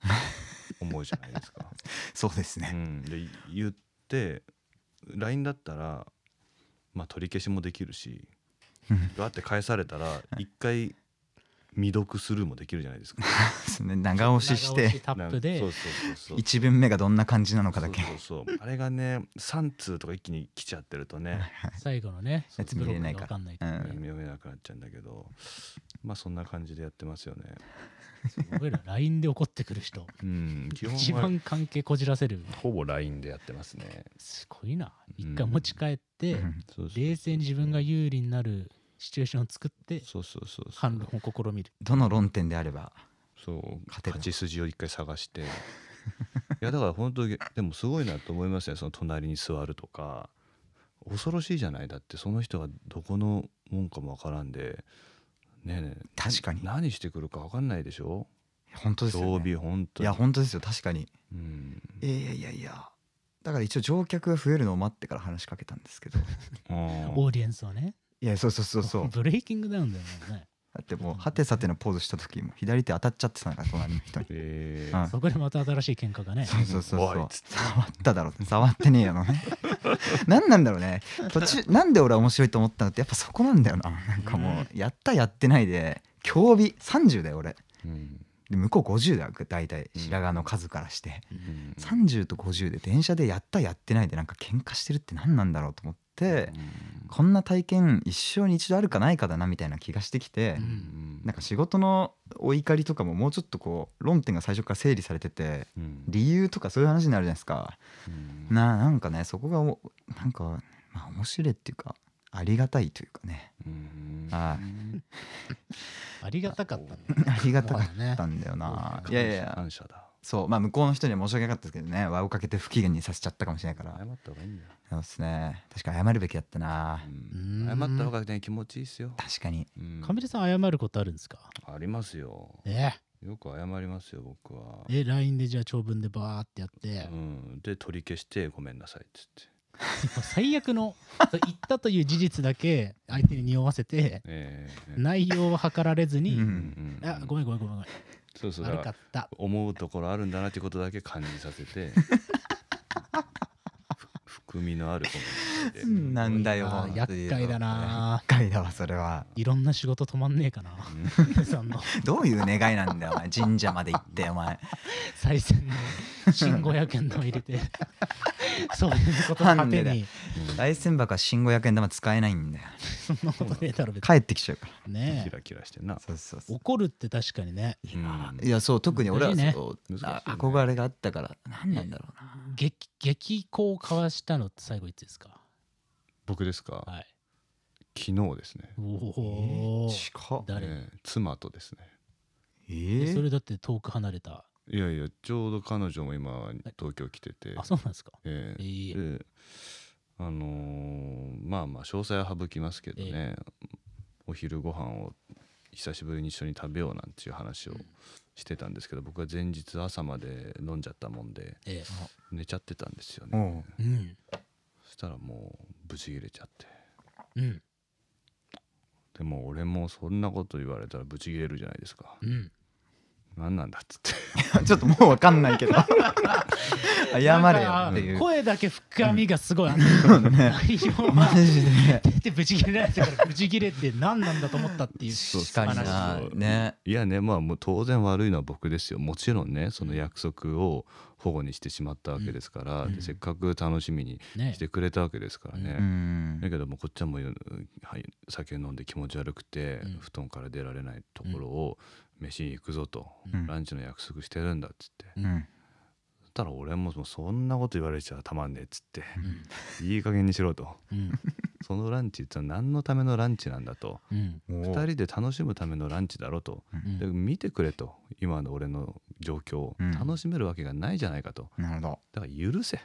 Speaker 3: 思うじゃないで すか。
Speaker 2: そうです
Speaker 3: う
Speaker 2: ね
Speaker 3: ん、で言って LINE だったら、まあ、取り消しもできるし
Speaker 2: うん
Speaker 3: バーって返されたら一回未読スルーもできるじゃないですか。
Speaker 2: そうね長押しし
Speaker 1: 長押
Speaker 2: て
Speaker 1: タップで
Speaker 3: なんかそうそうそうそう
Speaker 2: 1文目がどんな感じなのかだけ
Speaker 3: そうそうそうあれがね3通とか一気に来ちゃってるとね
Speaker 1: 最後のね
Speaker 3: やつ見
Speaker 2: れない
Speaker 1: ブロックが
Speaker 2: から
Speaker 1: 分かんないからね
Speaker 3: 読めなくなっちゃうんだけどまあそんな感じでやってますよね。
Speaker 1: 俺ら LINE で怒ってくる人
Speaker 3: うん、基
Speaker 1: 一
Speaker 3: 本は
Speaker 1: 番関係こじらせる
Speaker 3: ほぼ LINE でやってますね。
Speaker 1: すごいな
Speaker 3: うん
Speaker 1: 一回持ち帰って
Speaker 2: うん
Speaker 3: そうそう
Speaker 1: 冷静に自分が有利になるシチュエーションを作って
Speaker 3: そうそうそうそう
Speaker 1: 反論を試みる
Speaker 2: どの論点であれば
Speaker 3: そう
Speaker 2: 勝てる
Speaker 3: 勝ち筋を一回探していやだから本当にでもすごいなと思いますねその隣に座るとか恐ろしいじゃないだってその人がどこのもんかもわからんでねえねえ
Speaker 2: 確かに
Speaker 3: 何してくるかわかんないでしょ
Speaker 2: 本当ですよ、
Speaker 3: 常
Speaker 2: ね、
Speaker 3: 備本
Speaker 2: い
Speaker 3: 当に
Speaker 2: や本当ですよ確かに
Speaker 3: うん
Speaker 2: いやいやいやいやだから一応乗客が増えるのを待ってから話しかけたんですけど
Speaker 3: うん
Speaker 1: オーディエンスをね
Speaker 2: いやそうそうそうそうだ
Speaker 1: ブレイキングダウンだよね
Speaker 2: ってもうはてさてのポーズした時も左手当たっちゃってたのから隣の人 に
Speaker 3: え
Speaker 2: うん
Speaker 3: ー
Speaker 1: そこでまた新しい喧嘩がね
Speaker 2: そうそうそう
Speaker 3: お
Speaker 2: そ
Speaker 3: いう
Speaker 2: 触っただろう触ってねえよのね 何なんだろうね途中なんで俺は面白いと思ったのってやっぱそこなんだよななんかもうやったやってないで競技30だよ俺
Speaker 3: うん
Speaker 2: で向こう50だよ大体白髪の数からして、
Speaker 3: うん
Speaker 2: 30と50で電車でやったやってないでなんか喧嘩してるって何なんだろうと思って、こんな体験一生に一度あるかないかだなみたいな気がしてきて、
Speaker 1: うん
Speaker 2: なんか仕事のお怒りとかももうちょっとこう論点が最初から整理されてて
Speaker 3: うん
Speaker 2: 理由とかそういう話になるじゃないですか。
Speaker 3: うん
Speaker 2: ななんかねそこがおなんか、まあ、面白いっていうかありがたいというかね
Speaker 3: うん
Speaker 2: は
Speaker 1: ありがたかったね
Speaker 2: ありがたか
Speaker 1: そうだね
Speaker 2: ったんだよな。
Speaker 3: 感謝
Speaker 2: いやいやいや
Speaker 3: 感謝だ
Speaker 2: そうまあ向こうの人には申し訳なかったですけどね輪をかけて不機嫌にさせちゃったかもしれないから
Speaker 3: 謝った方がいいんだよ
Speaker 2: そうですね確かに謝るべきだったな。
Speaker 3: うん
Speaker 1: うん
Speaker 3: 謝った方がね気持ちいいですよ。
Speaker 2: 確かに
Speaker 3: うん
Speaker 1: カメラさん謝ることあるんですか
Speaker 3: ありますよ。
Speaker 1: え
Speaker 3: よく謝りますよ僕は。
Speaker 1: え LINE でじゃあ長文でバーってやって
Speaker 3: うん、で取り消してごめんなさいっつって。
Speaker 1: 最悪のそう言ったという事実だけ相手に匂わせて
Speaker 3: ええ
Speaker 1: 内容は図られずに、
Speaker 2: う
Speaker 3: うんんうん
Speaker 1: あごめんごめんごめんご
Speaker 3: そうそう
Speaker 1: めん
Speaker 3: だ
Speaker 1: 悪
Speaker 3: か
Speaker 1: からった
Speaker 3: 思うところあるんだなってことだけ感じさ せてふ含みのあるコメントで
Speaker 2: うんなんだよ
Speaker 1: あー
Speaker 2: 本当に
Speaker 1: 厄介だな
Speaker 2: 厄介だわそれはい
Speaker 1: ろんな仕事止まんねえ かな
Speaker 3: うん
Speaker 1: さんの
Speaker 2: どういう願いなんだよお前神社まで行ってお前
Speaker 1: 再選の新500円玉入れ てそういうことの果てに
Speaker 2: 大船箱は新500円玉使えないんだよ
Speaker 1: そんなことねえだろ別
Speaker 2: 帰ってきちゃうから
Speaker 1: に
Speaker 3: キ
Speaker 1: ねえ
Speaker 3: ラキラしてんな
Speaker 2: そうそうそう
Speaker 1: 怒るって確かにね
Speaker 3: うん
Speaker 2: いやそう特に俺は
Speaker 1: 難しいね
Speaker 2: そう、
Speaker 3: 難しいね
Speaker 2: あ憧れがあったから何なんだろうな
Speaker 1: 激激行を交わしたのって最後いつですか
Speaker 3: 僕ですか、
Speaker 1: はい
Speaker 3: 昨日ですね、
Speaker 1: お
Speaker 2: え
Speaker 1: お
Speaker 2: ー近っ
Speaker 1: 誰、
Speaker 3: ええ妻とですね
Speaker 2: え
Speaker 1: えそ
Speaker 2: ー
Speaker 1: れだって遠く離れた
Speaker 3: いやいやちょうど彼女も今東京来てて
Speaker 1: あそうなんですか
Speaker 3: え
Speaker 1: え
Speaker 3: え
Speaker 1: ー
Speaker 3: であのーまあまあ詳細は省きますけどね、お昼ご飯を久しぶりに一緒に食べようなんていう話をしてたんですけど、僕は前日朝まで飲んじゃったもんで
Speaker 1: えー
Speaker 3: 寝ちゃってたんですよ
Speaker 2: お
Speaker 3: ね、
Speaker 2: う
Speaker 1: うん
Speaker 3: そしたらもうブチ切れちゃって
Speaker 1: うん
Speaker 3: でも俺もそんなこと言われたらブチ切れるじゃないですか、
Speaker 1: うん
Speaker 3: 何なんだっつって
Speaker 2: ちょっともう分かんないけど謝れよって
Speaker 1: なん
Speaker 2: い
Speaker 1: か
Speaker 2: う
Speaker 1: 声だけ深みがすごいある、内容
Speaker 2: マ
Speaker 1: は
Speaker 2: ジで
Speaker 1: 出てブチ切れられたからブチ切れって何なんだと思ったっていう
Speaker 2: 確かにな
Speaker 3: そう
Speaker 2: ね
Speaker 3: いやねまあもう当然悪いのは僕ですよもちろんねその約束を保護にしてしまったわけですから、
Speaker 1: うん
Speaker 3: でせっかく楽しみに
Speaker 1: ね
Speaker 3: してくれたわけですからね、
Speaker 2: うん
Speaker 3: だけどもうこっちはもう、うんはい、酒飲んで気持ち悪くて、
Speaker 1: うん
Speaker 3: 布団から出られないところを飯行くぞと、
Speaker 2: うん
Speaker 3: ランチの約束してるんだっつって、
Speaker 1: うん
Speaker 2: うん
Speaker 3: そしたら俺ももうそんなこと言われちゃたまんねえっつって
Speaker 1: うん
Speaker 3: いい加減にしろと
Speaker 1: うん
Speaker 3: そのランチってのは何のためのランチなんだと
Speaker 1: うん
Speaker 2: お
Speaker 3: 2
Speaker 2: う
Speaker 3: 人で楽しむためのランチだろと、
Speaker 1: うん
Speaker 3: で見てくれと今の俺の状況を
Speaker 2: うん
Speaker 3: 楽しめるわけがないじゃないかと
Speaker 2: なるほど
Speaker 3: だから許せっ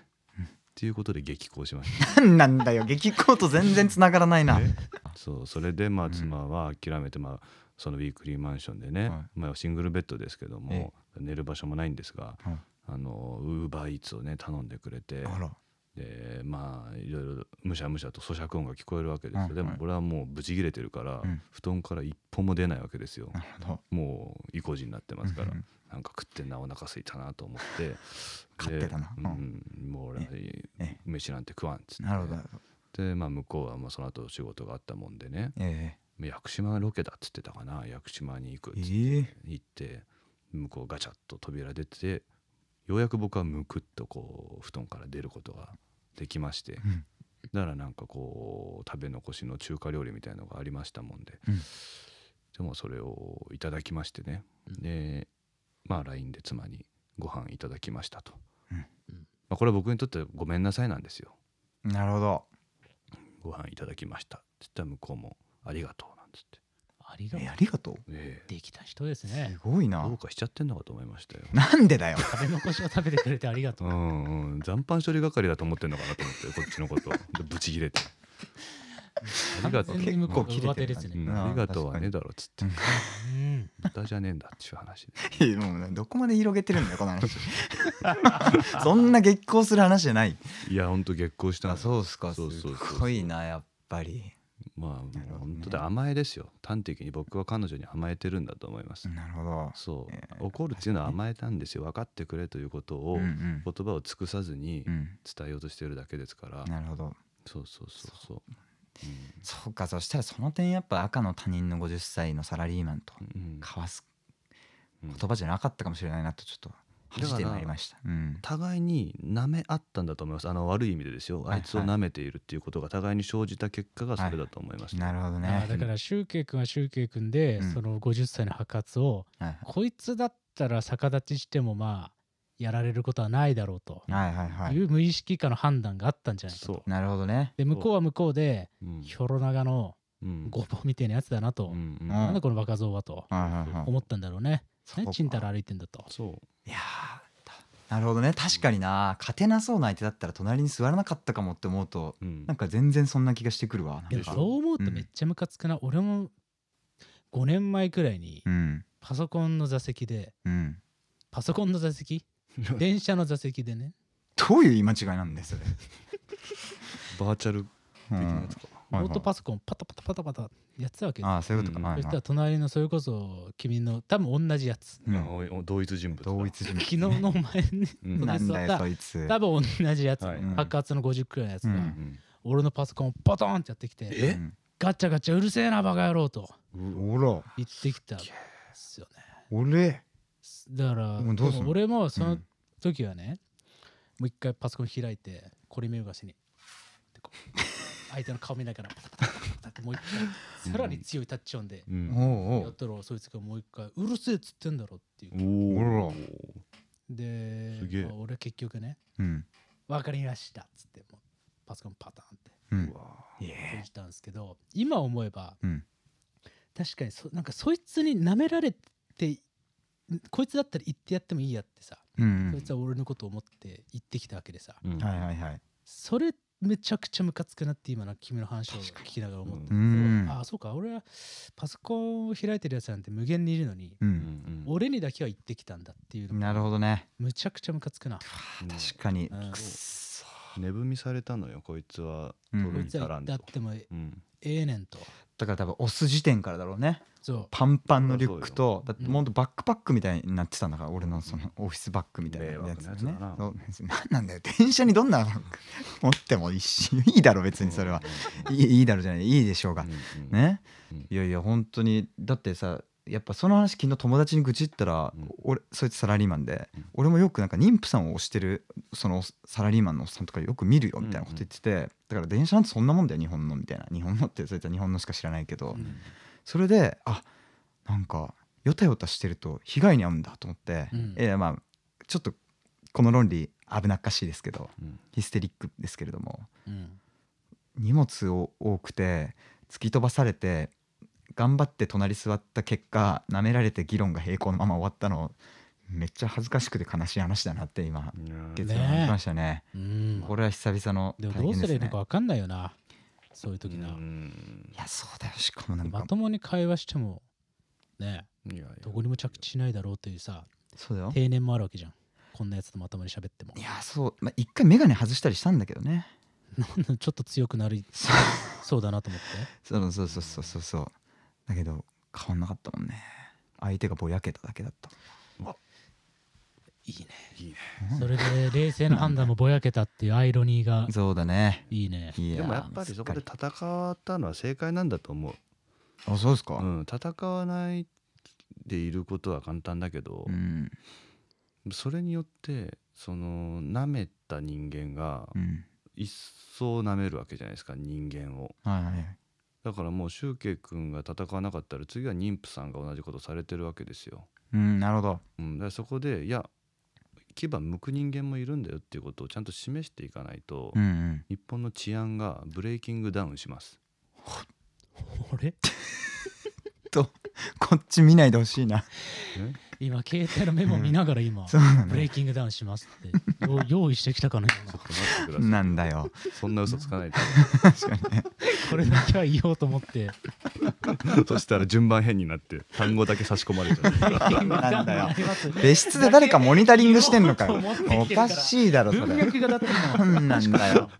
Speaker 3: ていうことで激高しました
Speaker 2: 何なんだよ激高と全然つながらないな
Speaker 3: ねそうそれでま
Speaker 2: う
Speaker 3: あ
Speaker 2: ん
Speaker 3: 妻は諦めてまあそのウィークリーマンションでね、
Speaker 2: は
Speaker 3: まあ、シングルベッドですけども寝る場所もないんですが
Speaker 2: はい
Speaker 3: あのウーバーイーツをね頼んでくれて
Speaker 2: あら
Speaker 3: でまあいろいろむしゃむしゃと咀嚼音が聞こえるわけです
Speaker 2: う
Speaker 3: よ
Speaker 2: ん
Speaker 3: でも
Speaker 2: はい
Speaker 3: 俺はもうブチ切れてるから、
Speaker 2: うん
Speaker 3: 布団から一歩も出ないわけですよ
Speaker 2: なるほど
Speaker 3: もう意固地になってますから、
Speaker 2: うんうん
Speaker 3: なんか食ってんなお腹空いたなと思って
Speaker 2: 勝手だな
Speaker 3: で
Speaker 2: う
Speaker 3: うん、もう俺は
Speaker 2: え
Speaker 3: 飯なんて食わんっつって
Speaker 2: なるほどなるほど
Speaker 3: で、まあ、向こうはまあその後仕事があったもんでね
Speaker 2: え
Speaker 3: 屋久島ロケだっつってたかな屋久島に行くっ
Speaker 2: え
Speaker 3: つって
Speaker 2: ええ
Speaker 3: 行って向こうガチャッと扉出てようやく僕はむくっとこう布団から出ることができまして、
Speaker 2: うん
Speaker 3: だからなんかこう食べ残しの中華料理みたいのがありましたもんで、
Speaker 2: うん
Speaker 3: でもそれをいただきましてね、
Speaker 1: うん
Speaker 3: でまあ LINE で妻に「ご飯いただきましたと」
Speaker 2: うん
Speaker 1: うん
Speaker 3: まあ、これは僕にとってはごめんなさいなんですよ
Speaker 2: なるほど
Speaker 3: 「ご飯いただきました」って言ったら向こうも「ありがとう」なんつって、
Speaker 1: ありがと
Speaker 2: え
Speaker 1: う
Speaker 2: ありがとう
Speaker 3: ええ
Speaker 1: できた人です
Speaker 2: す
Speaker 1: ね
Speaker 2: ごい
Speaker 3: どう
Speaker 2: な
Speaker 3: かしちゃってんのかと思いましたよ。
Speaker 2: なんでだよ
Speaker 1: 食べ残しを食べてくれてありがと
Speaker 3: う
Speaker 1: うん
Speaker 3: うん、残飯処理係だと思ってんのかなと思ってこっち のことでブチ切れて、ありがとう
Speaker 1: 完全に向こう
Speaker 2: 結構
Speaker 1: 上
Speaker 2: 切れ
Speaker 1: 手
Speaker 2: てる
Speaker 1: です
Speaker 3: う
Speaker 1: ね
Speaker 3: ん
Speaker 2: あー
Speaker 3: ありがとうはねえだろっつって
Speaker 1: うん
Speaker 3: 豚じゃねえんだっていう話で
Speaker 2: いやもうどこまで広げてるんだよこの話そんな激高する話じゃない
Speaker 3: いやほんと激高したの
Speaker 2: そうっすか
Speaker 3: そうそうそう
Speaker 2: すっごいなやっぱり
Speaker 3: まあ
Speaker 2: なるほどね
Speaker 3: ほんとで甘えですよ端的に僕は彼女に甘えてるんだと思います、
Speaker 2: なるほど
Speaker 3: そう、
Speaker 2: えー
Speaker 3: 怒るっていうのは甘えたんですよ分かってくれということを、
Speaker 2: うんうん
Speaker 3: 言葉を尽くさずに
Speaker 2: うん
Speaker 3: 伝えようとしてるだけですから、
Speaker 2: なるほど
Speaker 3: そうそうそうそう
Speaker 2: そうかそしたらその点やっぱ赤の他人の50歳のサラリーマンと
Speaker 3: うん、うん
Speaker 2: 交わす
Speaker 3: うん
Speaker 2: 言葉じゃなかったかもしれないなとちょっと恥じてまいりましたうん
Speaker 3: 互いに舐め合ったんだと思いますあの悪い意味でですよ
Speaker 2: はい
Speaker 3: あいつを舐めているっていうことが互いに生じた結果がそれだと思います、
Speaker 2: なるほど
Speaker 1: あ
Speaker 2: ね
Speaker 1: ーだからシュウケイ君はシュウケイ君で、
Speaker 2: うん
Speaker 1: その50歳の破活を
Speaker 2: はい
Speaker 1: こいつだったら逆立ちしてもまあやられることはないだろうと
Speaker 2: はいはいはい
Speaker 1: いう無意識下の判断があったんじゃないかと。
Speaker 3: そ
Speaker 2: なるほどね
Speaker 1: で向こうは向こうで
Speaker 3: う、うん
Speaker 1: ひょろ長の
Speaker 3: うん
Speaker 1: ごぼうみたいなやつだなと、
Speaker 3: うんうん
Speaker 2: あ
Speaker 1: なんだこの若造はと
Speaker 2: はいはいはい
Speaker 1: 思ったんだろうね。
Speaker 2: そうか
Speaker 1: 何ちんたら歩いてんだと。
Speaker 3: そう
Speaker 2: いやーなるほどね確かにな勝てなそうな相手だったら隣に座らなかったかもって思うと
Speaker 3: うん
Speaker 2: なんか全然そんな気がしてくるわ
Speaker 1: い
Speaker 2: な
Speaker 1: や
Speaker 2: んか
Speaker 1: そう思うとめっちゃムカつくな、俺も5年前くらいに
Speaker 2: うん
Speaker 1: パソコンの座席で
Speaker 2: うん
Speaker 1: パソコ ンの座席電車の座席でね
Speaker 2: どういう言い間違いなんだよそれ
Speaker 3: バーチャル
Speaker 2: う
Speaker 3: 的なや
Speaker 2: ん
Speaker 3: つか、
Speaker 2: はいはい
Speaker 1: ノートパソコンパタパタパタパタやってたわけですよ
Speaker 2: ああそういうことか、
Speaker 3: うん
Speaker 2: は
Speaker 1: そ
Speaker 2: い
Speaker 1: した
Speaker 2: は
Speaker 1: ら
Speaker 2: い
Speaker 1: 隣のそれこそ君の多分同じや つ
Speaker 2: うん
Speaker 3: あおいお同一人物だ
Speaker 2: 同一人
Speaker 1: 昨
Speaker 2: 物
Speaker 1: 日のお前 に
Speaker 3: うん
Speaker 2: なんだよ
Speaker 1: 座った
Speaker 2: そいつ
Speaker 1: 多分同じやつ、
Speaker 3: はい
Speaker 1: 白髪の50くらいのやつが、
Speaker 2: うん
Speaker 3: うん
Speaker 1: 俺のパソコンをポトンってやってきて
Speaker 3: え
Speaker 1: ガチャガチャうるせえなバカ野郎と
Speaker 2: うんほら
Speaker 1: 言ってきたんですよね
Speaker 2: 俺
Speaker 1: だから
Speaker 2: もうどうすんの
Speaker 1: でも俺もそうの
Speaker 2: ん
Speaker 1: 時はね、もう一回パソコン開いてこれ目がしにでこう相手の顔見ながらパタパタパタパタってもう一回さらに強いタッチ音で
Speaker 3: う、ん
Speaker 2: おう
Speaker 1: や
Speaker 2: お
Speaker 1: っ
Speaker 2: う
Speaker 1: たらそいつがもう一回うるせえっつってんだろっていう
Speaker 3: おお
Speaker 2: ほら
Speaker 1: です
Speaker 3: げえ
Speaker 1: まあ俺は結局ね
Speaker 2: うん
Speaker 1: 分かりましたっつってもうパソコンパターンって
Speaker 2: うん
Speaker 1: 閉じたんですけど今思えば
Speaker 2: うん
Speaker 1: 確かにそなんかそいつに舐められてこいつだったら言ってやってもいいやってさ、
Speaker 2: うん
Speaker 1: そいつは俺のことを思って言ってきたわけでさ
Speaker 3: うん
Speaker 2: はいはいはい
Speaker 1: それめちゃくちゃムカつくなって今の君の話を聞きながら思ったんだけど
Speaker 2: うん
Speaker 1: ああそうか俺はパソコンを開いてるやつなんて無限にいるのに、
Speaker 2: う
Speaker 3: うんんうん
Speaker 1: 俺にだけは言ってきたんだっていうの
Speaker 2: なるほどね
Speaker 1: むちゃくちゃムカつくな
Speaker 3: うん
Speaker 2: 確かに
Speaker 1: うん
Speaker 2: くっそ
Speaker 3: 寝踏みされたのよこいつは
Speaker 2: うん
Speaker 3: 取
Speaker 1: こ
Speaker 3: る
Speaker 1: い
Speaker 3: に
Speaker 1: つ
Speaker 3: 足
Speaker 1: は
Speaker 3: らん
Speaker 1: だっ
Speaker 3: と
Speaker 1: てもえ
Speaker 3: うん
Speaker 1: えねんと
Speaker 2: だから多分押す時点からだろうね
Speaker 1: そう
Speaker 2: パンパンのリュックとだって
Speaker 1: うん
Speaker 2: もうほんとバックパックみたいになってたんだから俺のそのオフィスバッグみたい
Speaker 3: 迷
Speaker 2: なや
Speaker 3: 惑
Speaker 2: つ
Speaker 3: な
Speaker 2: だね
Speaker 3: やつだな
Speaker 2: そう何なんだよ電車にどんな持ってもいいしいいだろ別にそれは
Speaker 3: うん
Speaker 2: いいいいだろじゃないいいでしょうが
Speaker 3: うんうん
Speaker 2: ね
Speaker 3: うん
Speaker 2: いやいや本当にだってさやっぱその話昨日友達に愚痴ったら、
Speaker 3: うん
Speaker 2: 俺そいつサラリーマンで、
Speaker 3: うん
Speaker 2: 俺もよくなんか妊婦さんを推してるそのサラリーマンのおっさんとかよく見るよみたいなこと言ってて、だから電車なんてそんなもんだよ日本のみたいな日本のってそいつは日本のしか知らないけど、
Speaker 1: うん
Speaker 2: それであなんかよたよたしてると被害に遭うんだと思って、
Speaker 1: うん
Speaker 2: いやまあちょっとこの論理危なっかしいですけど
Speaker 3: うん
Speaker 2: ヒステリックですけれども
Speaker 1: うん
Speaker 2: 荷物を多くて突き飛ばされて頑張って隣座った結果舐められて議論が平行のまま終わったのめっちゃ恥ずかしくて悲しい話だなって今
Speaker 3: ね
Speaker 2: 結論にきましたね
Speaker 1: うん
Speaker 2: これは久々の
Speaker 1: でも
Speaker 2: 体
Speaker 1: どう
Speaker 2: 験
Speaker 1: すれば
Speaker 2: で
Speaker 1: い
Speaker 2: す
Speaker 1: いの
Speaker 2: ね
Speaker 1: か分かんないよなそういう時な、
Speaker 3: うん
Speaker 2: いやそうだよしかもなんか
Speaker 1: まともに会話してもね
Speaker 3: いやいや
Speaker 1: どこにも着地しないだろうというさ
Speaker 2: そうだよ
Speaker 1: 定年もあるわけじゃんこんなやつとまともに喋っても
Speaker 2: いやそうまあ一回眼鏡外したりしたんだけどね
Speaker 1: なん ちょっと強くな り
Speaker 2: そう
Speaker 1: そうだなと思っ
Speaker 2: そうそうそうそうそうそうだけど変わんなかったもんね相手がぼやけただけだった
Speaker 1: ていいね
Speaker 3: いいね
Speaker 1: それで冷静な判断もぼやけたっていうアイロニーが
Speaker 2: そうだね
Speaker 1: いいね
Speaker 2: いや
Speaker 3: でもやっぱりそこで戦ったのは正解なんだと思う
Speaker 2: あそうです
Speaker 3: う
Speaker 2: か
Speaker 3: ん戦わないでいることは簡単だけど
Speaker 2: うん
Speaker 3: それによってその舐めた人間が
Speaker 2: うん
Speaker 3: 一層舐めるわけじゃないですか人間を
Speaker 2: はいはいはい
Speaker 3: だからもうシュウケイ君が戦わなかったら次は妊婦さんが同じことされてるわけですよ、
Speaker 2: うんなるほど
Speaker 3: うん、だからそこでいや牙向く人間もいるんだよっていうことをちゃんと示していかないと、
Speaker 2: うんうん
Speaker 3: 日本の治安がブレーキングダウンします
Speaker 1: 俺
Speaker 2: こっち見ないでほしいな。
Speaker 1: 今携帯のメモ見ながら今
Speaker 2: そうだ
Speaker 1: ブレイ
Speaker 2: ね。
Speaker 1: キングダウンします ってよ用意してきたかのような
Speaker 3: ちょっと待ってください
Speaker 2: なんだよ。
Speaker 3: そんな嘘つかないで
Speaker 2: 確かにね。
Speaker 1: これだけは言おうと思って
Speaker 3: そしたら順番変になって単語だけ差し込まれちゃう
Speaker 2: なん だよ
Speaker 1: あります
Speaker 2: 別室で誰かモニタリングしてんのか
Speaker 1: だ
Speaker 2: よ
Speaker 1: け持ってきて。る
Speaker 2: お
Speaker 1: から
Speaker 2: かしいだろ、そ
Speaker 1: 文
Speaker 2: れ。
Speaker 1: 脈がだっても
Speaker 2: なんなんだよ。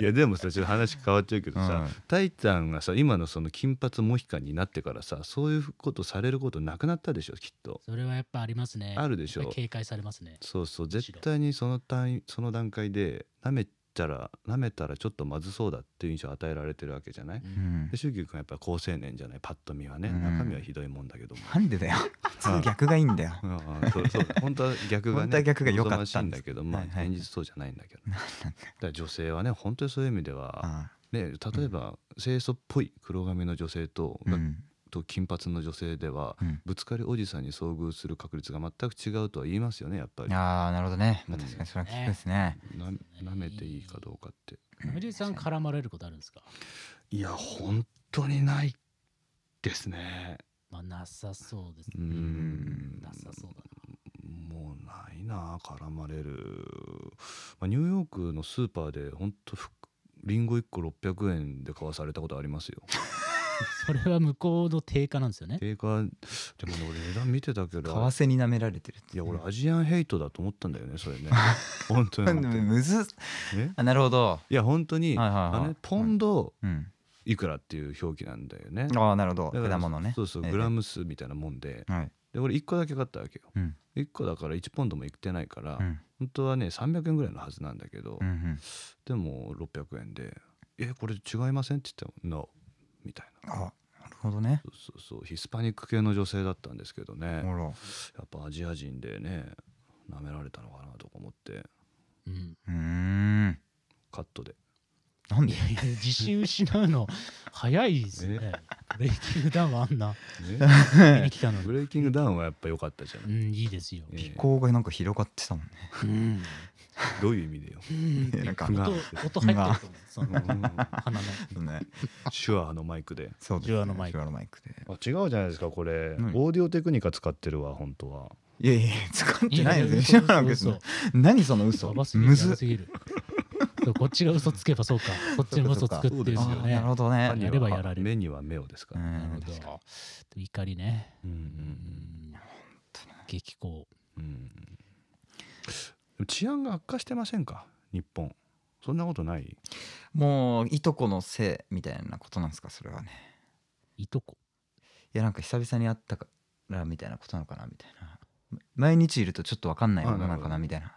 Speaker 3: いやでもさちょっと話変わっちゃうけどさ、
Speaker 2: うん
Speaker 3: タイタンがさ今のその金髪モヒカンになってからさそういうことされることなくなったでしょきっと
Speaker 1: それはやっぱありますね
Speaker 3: あるでしょ
Speaker 1: やっぱ警戒されますね
Speaker 3: そうそう絶対にその単位その段階で舐めたら舐めたらちょっとまずそうだっていう印象を与えられてるわけじゃない、
Speaker 2: うん
Speaker 3: で周君はやっぱ好青年じゃないパッと見はね、
Speaker 2: うん
Speaker 3: 中身はひどいもんだけども
Speaker 2: なんでだよ。普通逆がいいんだよ。
Speaker 3: うんうんそう そう本当は逆がね
Speaker 2: 本当は逆が良かったんです
Speaker 3: 望ましいんだけどまあ
Speaker 2: はいはい
Speaker 3: 現実そうじゃないんだけど、
Speaker 2: なんなんだ
Speaker 3: だから女性はね本当にそういう意味では、
Speaker 2: あ
Speaker 3: ね、例えば清楚っぽい黒髪の女性と,、
Speaker 2: あうん。
Speaker 3: と金髪の女性では、
Speaker 2: うん
Speaker 3: ぶつかりおじさんに遭遇する確率が全く違うとは言いますよねやっぱりな
Speaker 2: ああ、なるほどね。まあ
Speaker 3: うん
Speaker 2: 確かにそれは聞くですね。
Speaker 3: 舐めていいかどうかって
Speaker 1: ミリーさん絡まれることあるんですか
Speaker 3: いや本当にないですね
Speaker 1: まあなさそうです
Speaker 3: うーん
Speaker 1: なさそうだな
Speaker 3: もうないな絡まれる、まあ、ニューヨークのスーパーで本当リンゴ1個600円で買わされたことありますよ
Speaker 1: それは向こうの定価なんですよね。
Speaker 3: 定価でもね俺値段見てたけ
Speaker 2: 為
Speaker 3: ど
Speaker 2: 替に舐められてるって
Speaker 3: いや俺アジアンヘイトだと思ったんだよねそれ ね本当に
Speaker 2: うん
Speaker 3: 本 当に
Speaker 2: むずっ
Speaker 3: え
Speaker 2: あなるほど、
Speaker 3: いや本当に
Speaker 2: はいはいはい
Speaker 3: あのねポンド
Speaker 2: うん、
Speaker 3: いくらっていう表記なんだよね
Speaker 2: ああなるほど
Speaker 3: だから
Speaker 2: 果物ね
Speaker 3: そうそう
Speaker 2: ええ
Speaker 3: グラム数みたいなもんで
Speaker 2: はい
Speaker 3: で俺1個だけ買ったわけよ
Speaker 2: うん
Speaker 3: 1個だから1ポンドもいってないから
Speaker 2: うん
Speaker 3: 本当はね300円ぐらいのはずなんだけど
Speaker 2: うんうん
Speaker 3: でも600円で「えこれ違いません?」って言ったら「No」みたいな
Speaker 2: あなるほどね
Speaker 3: そうそうそうヒスパニック系の女性だったんですけどね
Speaker 2: ほら
Speaker 3: やっぱアジア人でね舐められたのかなとか思って
Speaker 1: うん、
Speaker 2: うーん
Speaker 3: カットで
Speaker 2: なん
Speaker 1: い
Speaker 2: で
Speaker 1: やいや自信失うの早いですね。ブレイキングダウンあんな
Speaker 3: ね
Speaker 1: 見に来たの
Speaker 3: ブ
Speaker 1: に。
Speaker 3: レイキングダウンはやっぱ良かったじゃ
Speaker 1: う
Speaker 3: ない、
Speaker 1: ん、いいですよ。
Speaker 3: ええ
Speaker 2: こうがなんか広がってたもんね
Speaker 1: うん、
Speaker 3: どういう意味でよ
Speaker 1: うん
Speaker 2: いやなんか
Speaker 1: 音音入ってると思う。その
Speaker 3: うん
Speaker 1: 鼻の。
Speaker 2: ね
Speaker 3: 手話のマイクで
Speaker 2: そうです
Speaker 1: ジュ
Speaker 2: ね
Speaker 1: アのマイク
Speaker 2: ジュアのマイクで
Speaker 3: あ違うじゃないですかこれ
Speaker 2: 何
Speaker 3: オーディオテクニカ使ってるわ本当は、
Speaker 2: いやいや使ってないです
Speaker 1: 嘘
Speaker 2: ね知らなく
Speaker 1: 嘘
Speaker 2: て何その
Speaker 1: 嘘
Speaker 2: 嘘
Speaker 1: やばすぎる。
Speaker 2: む
Speaker 1: や
Speaker 2: ず
Speaker 1: ばすぎる。そうこっちが嘘つけばそうか。こっちも嘘つくっていう
Speaker 3: ぎ
Speaker 1: の
Speaker 3: る
Speaker 2: あ
Speaker 1: は
Speaker 2: あなる
Speaker 1: ね。
Speaker 2: ほど
Speaker 1: あ
Speaker 2: ね
Speaker 1: りやればやられる
Speaker 3: 目には目をですか
Speaker 2: う
Speaker 3: ら、
Speaker 1: なるほ
Speaker 2: ん
Speaker 1: ど。怒りね。
Speaker 3: うん
Speaker 1: うん激高。
Speaker 3: うんうんうんでも治安が悪化してませんか日本そんなことない
Speaker 2: もういとこのせいみたいなことなんですかそれはね
Speaker 1: いとこ。
Speaker 2: いやなんか久々に会ったからみたいなことなのかなみたいな毎日いるとちょっと分かんないものなのかなみたいな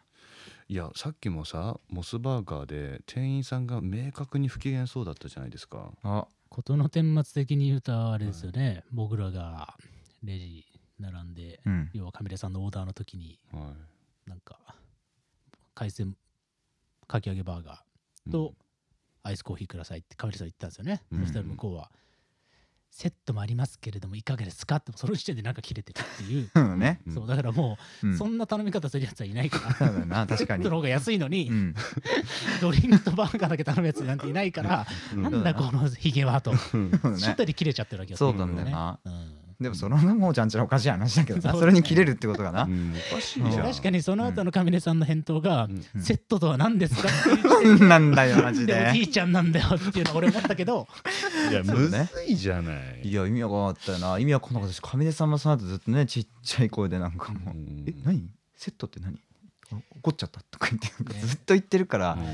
Speaker 2: い
Speaker 3: やさっきもさモスバーガーで店員さんが明確に不機嫌そうだったじゃないですか
Speaker 2: あ
Speaker 1: 事の顛末的に言うとあれですよね、僕らがレジ並んで、
Speaker 2: うん、
Speaker 1: 要はカミラさんのオーダーの時に
Speaker 3: は
Speaker 1: なんか海鮮かき揚げバーガ
Speaker 3: い
Speaker 1: ーとアイスコーヒーくださいってカミラさん言ったんですよね、
Speaker 3: うん
Speaker 1: そしたら向こうはセットもありますけれどもいかがですかってその時点でなんか切れてるっていう
Speaker 2: うんね
Speaker 3: うん
Speaker 1: そうだからも
Speaker 2: う
Speaker 1: う、
Speaker 2: ん
Speaker 1: そんな頼み方するやつはいないから
Speaker 2: そうだな確かに
Speaker 1: セットの方が安いのに、
Speaker 2: うん
Speaker 1: ドリンクとバーガーだけ頼むやつなんていないから、
Speaker 3: うん
Speaker 1: なんだこのヒゲはと
Speaker 3: うん
Speaker 2: そう
Speaker 1: ちょっ
Speaker 2: だね
Speaker 1: とで切れちゃってるわけよ
Speaker 2: そうなんだよな
Speaker 1: うん
Speaker 2: でもそのもうちゃんちゃらおかしい話だけどな
Speaker 1: そう
Speaker 2: それに切れるってことが
Speaker 3: う
Speaker 2: なん
Speaker 3: おかしいじゃん
Speaker 1: 確かにその後のカミネさんの返答が
Speaker 3: う
Speaker 1: 「
Speaker 3: ん
Speaker 1: セットとは何ですか?」って
Speaker 2: そんなんだよマ
Speaker 1: 言
Speaker 2: ジ
Speaker 1: って「おじ
Speaker 2: で
Speaker 1: いちゃんなんだよ」っていうのは俺思ったけど
Speaker 3: いや
Speaker 2: そう
Speaker 3: む
Speaker 2: だ
Speaker 3: ず
Speaker 2: ね
Speaker 3: いじゃない
Speaker 2: いや意味わかんなかったよな意味わかんなかったし上出さんもその後ずっとねちっちゃい声でなんかもう
Speaker 3: うん
Speaker 2: 「え何セットって何あ怒っちゃった」とか言ってなんかずっと言ってるから
Speaker 3: うん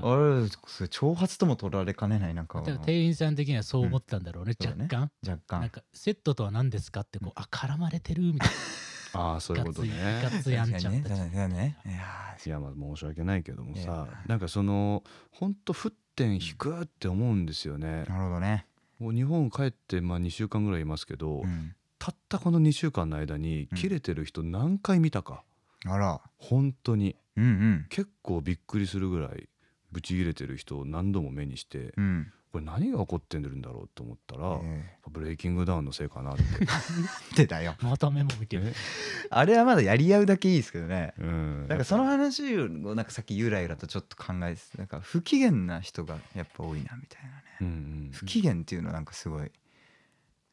Speaker 2: あ
Speaker 1: あ
Speaker 2: れそれ挑発とも取られかねないなんか
Speaker 1: ー多分店員さん的にはそう思ってたんだろうね
Speaker 2: うんそう
Speaker 1: 若
Speaker 2: だね
Speaker 1: 干
Speaker 2: 若
Speaker 1: なん
Speaker 2: 干
Speaker 1: か「セットとは何ですか?」ってこう「あ絡まれてる」みたい
Speaker 3: ああそうい
Speaker 1: なガ
Speaker 3: う
Speaker 1: ッ
Speaker 3: こと
Speaker 1: ツイ
Speaker 3: ね
Speaker 1: ガッツイやんちゃっ
Speaker 2: ね
Speaker 1: たし
Speaker 2: だねいや
Speaker 3: いやまあ申し訳ないけども
Speaker 2: い
Speaker 3: さ
Speaker 2: や
Speaker 3: なんかそのほんと沸点引くって思うんですよね
Speaker 2: ーなるほどね
Speaker 3: もう日本帰ってまあ2週間ぐらいいますけど
Speaker 2: うん
Speaker 3: たったこの2週間の間に
Speaker 2: うん
Speaker 3: 切れてる人何回見たか
Speaker 2: あら
Speaker 3: 本当に
Speaker 2: うんうん
Speaker 3: 結構びっくりするぐらいブチ切れてる人を何度も目にして
Speaker 2: うん
Speaker 3: これ何が起こってんだろうと思ったら
Speaker 2: え
Speaker 3: ブレイキングダウンのせいかなって
Speaker 2: ーってだよ
Speaker 1: またメモ見てる
Speaker 3: え
Speaker 2: あれはまだやり合うだけいいですけどね
Speaker 3: うん
Speaker 2: なんかその話をなんかさっきゆらゆらとちょっと考えてなんか不機嫌な人がやっぱ多いなみたいなね
Speaker 3: うんうん
Speaker 2: 不機嫌っていうのなんかすごい、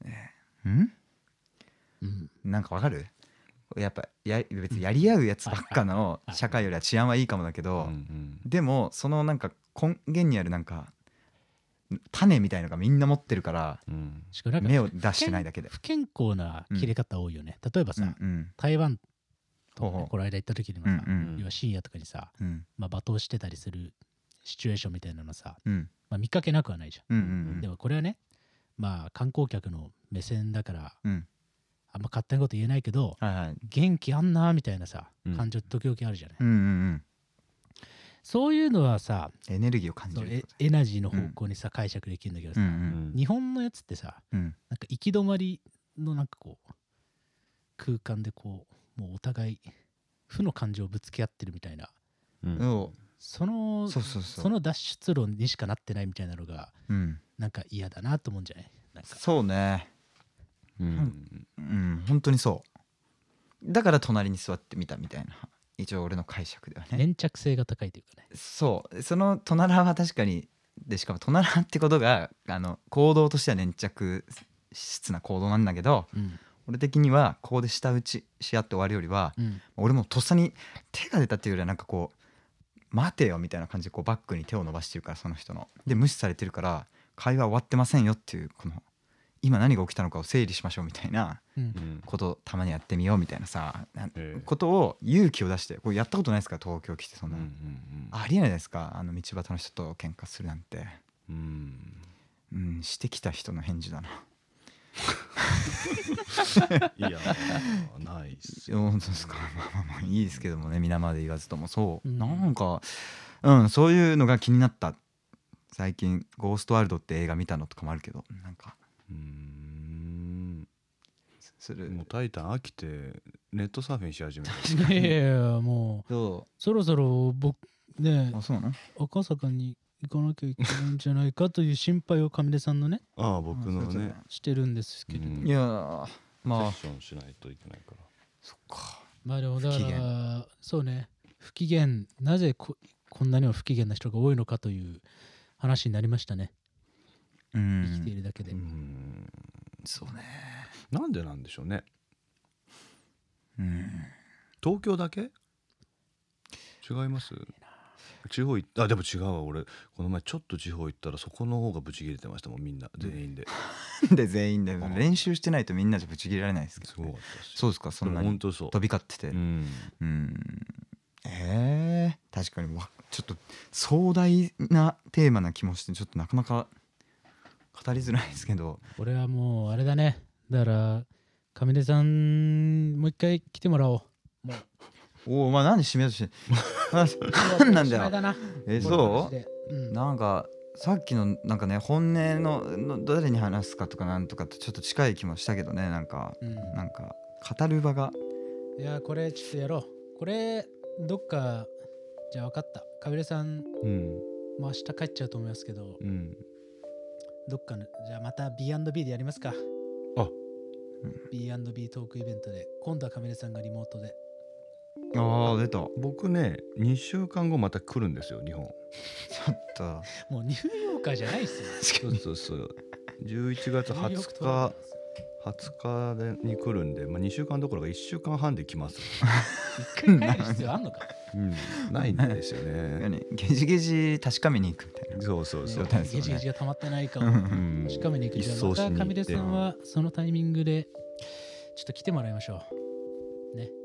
Speaker 2: えん
Speaker 1: うん
Speaker 2: なんかわかるやっぱや別にやり合うやつばっかの
Speaker 1: うん
Speaker 2: 社会よりは治安はいいかもだけど、
Speaker 3: うんうん
Speaker 2: でもそのなんか根源にあるなんか種みたいのがみんな持ってるから
Speaker 3: うん
Speaker 1: しかもなんか
Speaker 2: 目を出してないだけで。
Speaker 1: 不健康な切れ方多いよね例えば
Speaker 2: うん
Speaker 1: さ
Speaker 2: うん
Speaker 1: 台湾
Speaker 2: ほうほう
Speaker 1: この間行った時にも
Speaker 2: うん
Speaker 1: さ
Speaker 2: うん
Speaker 1: 要は深夜とかにさ
Speaker 2: うん
Speaker 1: まあ罵倒してたりするシチュエーションみたいなのさ
Speaker 2: うん
Speaker 1: まあ見かけなくはないじゃん
Speaker 2: うんうん
Speaker 1: でもこれはねまあ観光客の目線だから
Speaker 2: うん
Speaker 1: あんま勝手なこと言えないけど
Speaker 2: はいはい
Speaker 1: 元気あんなみたいなさ
Speaker 3: うん
Speaker 1: 感情時々あるじゃない、
Speaker 2: うんうん
Speaker 1: そういうのはさ
Speaker 2: うんエネルギーを感じ
Speaker 1: そ
Speaker 2: る
Speaker 1: う
Speaker 2: って
Speaker 1: エ
Speaker 2: こと
Speaker 1: エナジーの方向にさ解釈できるんだけどさ、
Speaker 2: うん
Speaker 1: 日本のやつってさ
Speaker 2: うんうん
Speaker 1: なんか行き止まりのなんかこう空間でこうもうお互い負の感情をぶつけ合ってるみたいな
Speaker 3: うん
Speaker 2: そ
Speaker 1: その
Speaker 2: うそうそうそう
Speaker 1: その脱出論にしかなってないみたいなのが
Speaker 2: うん
Speaker 1: なんか嫌だなと思うんじゃないなんか
Speaker 2: そうね
Speaker 3: うん
Speaker 2: うん本当にそうだから隣に座ってみたみたいな一応俺の解釈ではね
Speaker 1: 粘着性が高いというかね
Speaker 2: そうそのトナラは確かにでしかもトナラってことがあの行動としては粘着質な行動なんだけど
Speaker 1: うん
Speaker 2: 俺的にはここで舌打ちし合って終わるよりは
Speaker 1: うん
Speaker 2: 俺もとっさに手が出たっていうよりはなんかこう待てよみたいな感じでこうバックに手を伸ばしてるからその人ので無視されてるから会話終わってませんよっていうこの今何が起きたのかを整理しましょうみたいな
Speaker 1: うん
Speaker 3: うん
Speaker 2: ことたまにやってみようみたいなさなん
Speaker 3: ええ
Speaker 2: ことを勇気を出してこれやったことないですから東京来てそん
Speaker 3: うん
Speaker 2: な、
Speaker 3: うん
Speaker 2: ありえないですかあの道端の人と喧嘩するなんて
Speaker 3: うんうん
Speaker 2: うんしてきた人の返事だない
Speaker 3: やないっす
Speaker 2: いや
Speaker 3: よ
Speaker 2: 本当ですかまあまあまあいいですけどもね皆まで言わずともそう、
Speaker 1: うん
Speaker 2: なんかうんそういうのが気になった最近「ゴーストワールド」って映画見たのとかもあるけどなんか
Speaker 3: うーん
Speaker 2: する
Speaker 3: もう「タイタン」飽きてネットサーフィンし始め た
Speaker 1: いやいやいやもう
Speaker 2: ど
Speaker 1: そろそろ僕ね
Speaker 2: うあそうなの
Speaker 1: 赤坂に行かなきゃいけないんじゃないかという心配を上出さんのね
Speaker 3: ああ僕の
Speaker 2: あそうだ
Speaker 3: ね
Speaker 1: してるんですけ
Speaker 3: う
Speaker 1: ど、
Speaker 3: ん
Speaker 2: いやーまあ
Speaker 3: セッションしないといけないから
Speaker 2: そっか
Speaker 1: まあでもだか
Speaker 2: 不機
Speaker 1: らそうね不機嫌なぜここんなにも不機嫌な人が多いのかという話になりましたね
Speaker 2: う
Speaker 1: 生きてい
Speaker 2: ん
Speaker 1: るだけで、
Speaker 3: うん
Speaker 2: そうね
Speaker 3: なんでなんでしょうね
Speaker 2: うん
Speaker 3: 東京だけ違います地方行ったあでも違うわ俺この前ちょっと地方行ったらそこの方がブチ切れてましたもんみんな全員で
Speaker 2: で全員で練習してないとみんなじゃぶち切れられないですけ
Speaker 3: す
Speaker 2: ど
Speaker 3: ご
Speaker 2: ね、
Speaker 3: かったし
Speaker 2: そうですかそん
Speaker 3: で
Speaker 2: な
Speaker 3: も
Speaker 2: に
Speaker 3: 本当そう
Speaker 2: 飛び交ってて
Speaker 3: うん
Speaker 2: うんえー、確かにわちょっと壮大なテーマな気もしてちょっとなかなか語りづらいですけど
Speaker 1: 俺はもうあれだねだから上出さんもう一回来てもらおう
Speaker 2: おおまあ何で締めよう としてあ何なんだ
Speaker 1: おしまい
Speaker 2: よ
Speaker 1: だな
Speaker 2: え
Speaker 1: こ
Speaker 2: そ
Speaker 1: んな感じでうん
Speaker 2: うなんかさっきのなんかね本音のの誰に話すかとかなんとかとちょっと近い気もしたけどねなんか
Speaker 1: うん
Speaker 2: なんか語る場が
Speaker 1: いやこれちょっとやろうこれどっかじゃあ分かったかびれさん
Speaker 3: うん
Speaker 1: もう明日帰っちゃうと思いますけど
Speaker 3: うん
Speaker 1: どっかのじゃあまた B&B でやりますか
Speaker 3: あ
Speaker 1: B&B トークイベントで今度はカメレさんがリモートで
Speaker 2: ああ出たちょ
Speaker 3: 僕ね2週間後また来るんですよ日本
Speaker 2: っと
Speaker 1: もうニューヨーカーじゃないっすよ
Speaker 3: そうそ うそう11月
Speaker 1: ニューヨーク
Speaker 3: 20
Speaker 1: トー
Speaker 3: 日
Speaker 1: ク
Speaker 3: 20日でに来るんで、まあ、2週間どころか1週間半で来ます、
Speaker 1: 一回帰る必要あんのか
Speaker 3: うん、ないんですよね
Speaker 2: 何ゲジゲジ確かめに行くみたいな
Speaker 3: そうそうそう
Speaker 2: 状態です
Speaker 1: ゲ
Speaker 2: よ
Speaker 1: ジゲジ
Speaker 2: ね
Speaker 1: が溜まってないか
Speaker 2: う
Speaker 1: も
Speaker 2: ん
Speaker 1: 確かめに行くじゃあまたカメレさんはそのタイミングでちょっと来てもらいましょ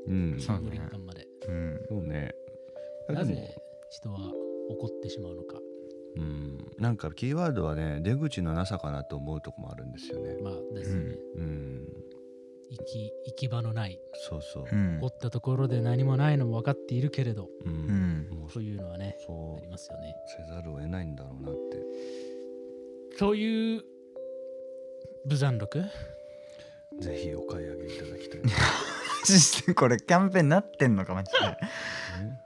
Speaker 3: うん
Speaker 1: う
Speaker 2: そうね
Speaker 1: 五輪館まで
Speaker 2: うん
Speaker 3: そうね
Speaker 1: な
Speaker 3: でも
Speaker 1: ぜ人は怒ってしまうのか
Speaker 3: うんなんかキーワードはね出口のなさかなと思うとこもあるんですよね
Speaker 1: まあですよね、
Speaker 3: うん
Speaker 1: 行き行き場のない
Speaker 3: そうそう
Speaker 2: う、ん
Speaker 1: 怒ったところで何もないのも分かっているけれど
Speaker 2: う
Speaker 3: う
Speaker 2: んん
Speaker 3: もうそ
Speaker 1: というのはね
Speaker 3: そ
Speaker 1: あ
Speaker 3: う
Speaker 1: りますよね
Speaker 3: せざるを得ないんだろうなって
Speaker 1: という無残録
Speaker 3: ぜひお買い上げいただきたい、
Speaker 2: マジ でこれキャンペーンなってんのかマジで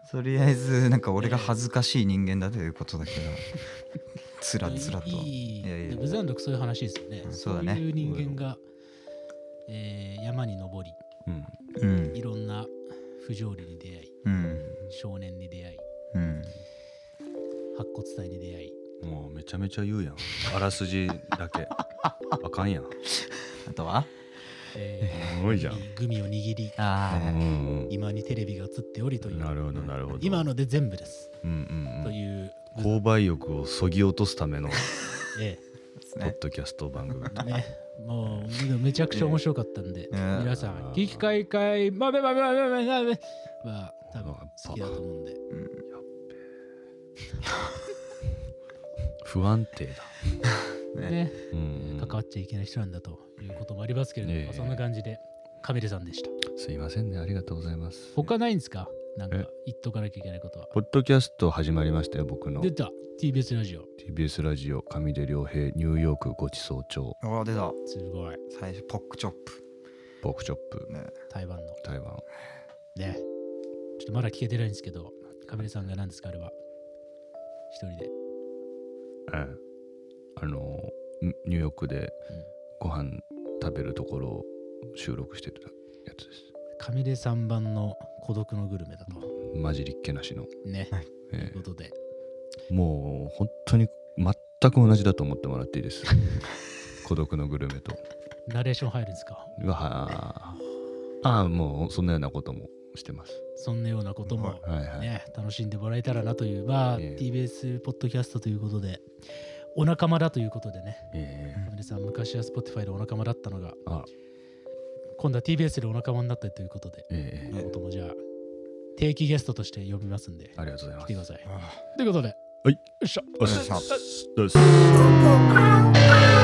Speaker 2: とりあえずなんか俺が恥ずかしい人間だということ だけどつらつらと
Speaker 1: いい
Speaker 2: いやいや
Speaker 1: で無残録そういう話ですよね、
Speaker 2: うん
Speaker 1: そ
Speaker 2: そううだね
Speaker 1: いう人間が、えー山に登り
Speaker 3: うん
Speaker 2: うん
Speaker 1: いろんな不条理に出会い
Speaker 2: うん
Speaker 1: 少年に出会い
Speaker 2: うん
Speaker 1: 白骨体に出会い
Speaker 3: もうめちゃめちゃ言うやんあらすじだ けあかんやん
Speaker 2: あとは
Speaker 1: え
Speaker 3: すごいじゃん
Speaker 1: ーグミを握り
Speaker 2: あ
Speaker 3: う
Speaker 2: ー
Speaker 3: ん
Speaker 1: 今にテレビが映っておりと
Speaker 3: う
Speaker 1: い
Speaker 3: んな
Speaker 1: う
Speaker 3: るほどなるほど
Speaker 1: 今ので全部です、
Speaker 3: うんう
Speaker 1: と
Speaker 3: んうん
Speaker 1: いう、
Speaker 3: 購買欲をそぎ落とすため の
Speaker 1: え
Speaker 2: です
Speaker 3: ポッ
Speaker 2: ね
Speaker 3: ドキャスト番組と
Speaker 1: えねもうでもめちゃくちゃ面白かったんで、
Speaker 2: え
Speaker 1: 皆さん、危機開会、まべまべまべまべまべは多分好きだと思うんで、
Speaker 3: 不安定だ、
Speaker 2: ね
Speaker 1: ね、
Speaker 3: うん
Speaker 1: 関わっちゃいけない人なんだということもありますけれども、
Speaker 3: ええ
Speaker 1: そんな感じで、カメレさんでした。
Speaker 3: すいませんねありがとうございます
Speaker 1: 他ないんですかなんか
Speaker 3: え
Speaker 1: 言っとかなきゃいけないことは。
Speaker 3: ポッドキャスト始まりましたよ僕の
Speaker 1: 出た TBS ラジオ。
Speaker 3: TBS ラジオ上出良平ニューヨークごちそう帳
Speaker 2: おー出た
Speaker 1: すごい。
Speaker 2: 最初ポックチョップ
Speaker 3: ポークチョップ
Speaker 2: ね
Speaker 1: 台湾の。
Speaker 3: 台湾
Speaker 1: ね。ちょっとまだ聞けてないんですけど、カメレさんが何ですかあれは。一人で。
Speaker 3: ええあのんニューヨークでご飯食べるところを収録してたやつです
Speaker 1: カメレさん版の孤独のグルメだと。
Speaker 3: マジりっけなしの、
Speaker 1: ね。とい
Speaker 3: え
Speaker 1: うことで。
Speaker 3: えもう本当に全く同じだと思ってもらっていいです 孤独のグルメと
Speaker 1: ナレーション入るんですか
Speaker 3: うわあああもうそんなようなこともしてます
Speaker 1: そんなようなことも
Speaker 3: はいはい、
Speaker 1: ね、楽しんでもらえたらなという、まあ、
Speaker 3: ええ
Speaker 1: TBS ポッドキャストということで、お仲間だということでね、
Speaker 3: え
Speaker 1: カミレさん、昔は Spotify でお仲間だったのが、
Speaker 3: えあ
Speaker 1: 今度は TBS でお仲間になったということで、
Speaker 3: ええ
Speaker 1: 今後ともじゃあ、定期ゲストとして呼びますんで、
Speaker 3: ありがとうござい
Speaker 1: 来
Speaker 3: ま
Speaker 1: てく
Speaker 3: す
Speaker 1: ださい。
Speaker 2: あ
Speaker 1: ということで、
Speaker 3: はい
Speaker 1: よっしゃ。
Speaker 3: お
Speaker 2: 疲れ様
Speaker 3: す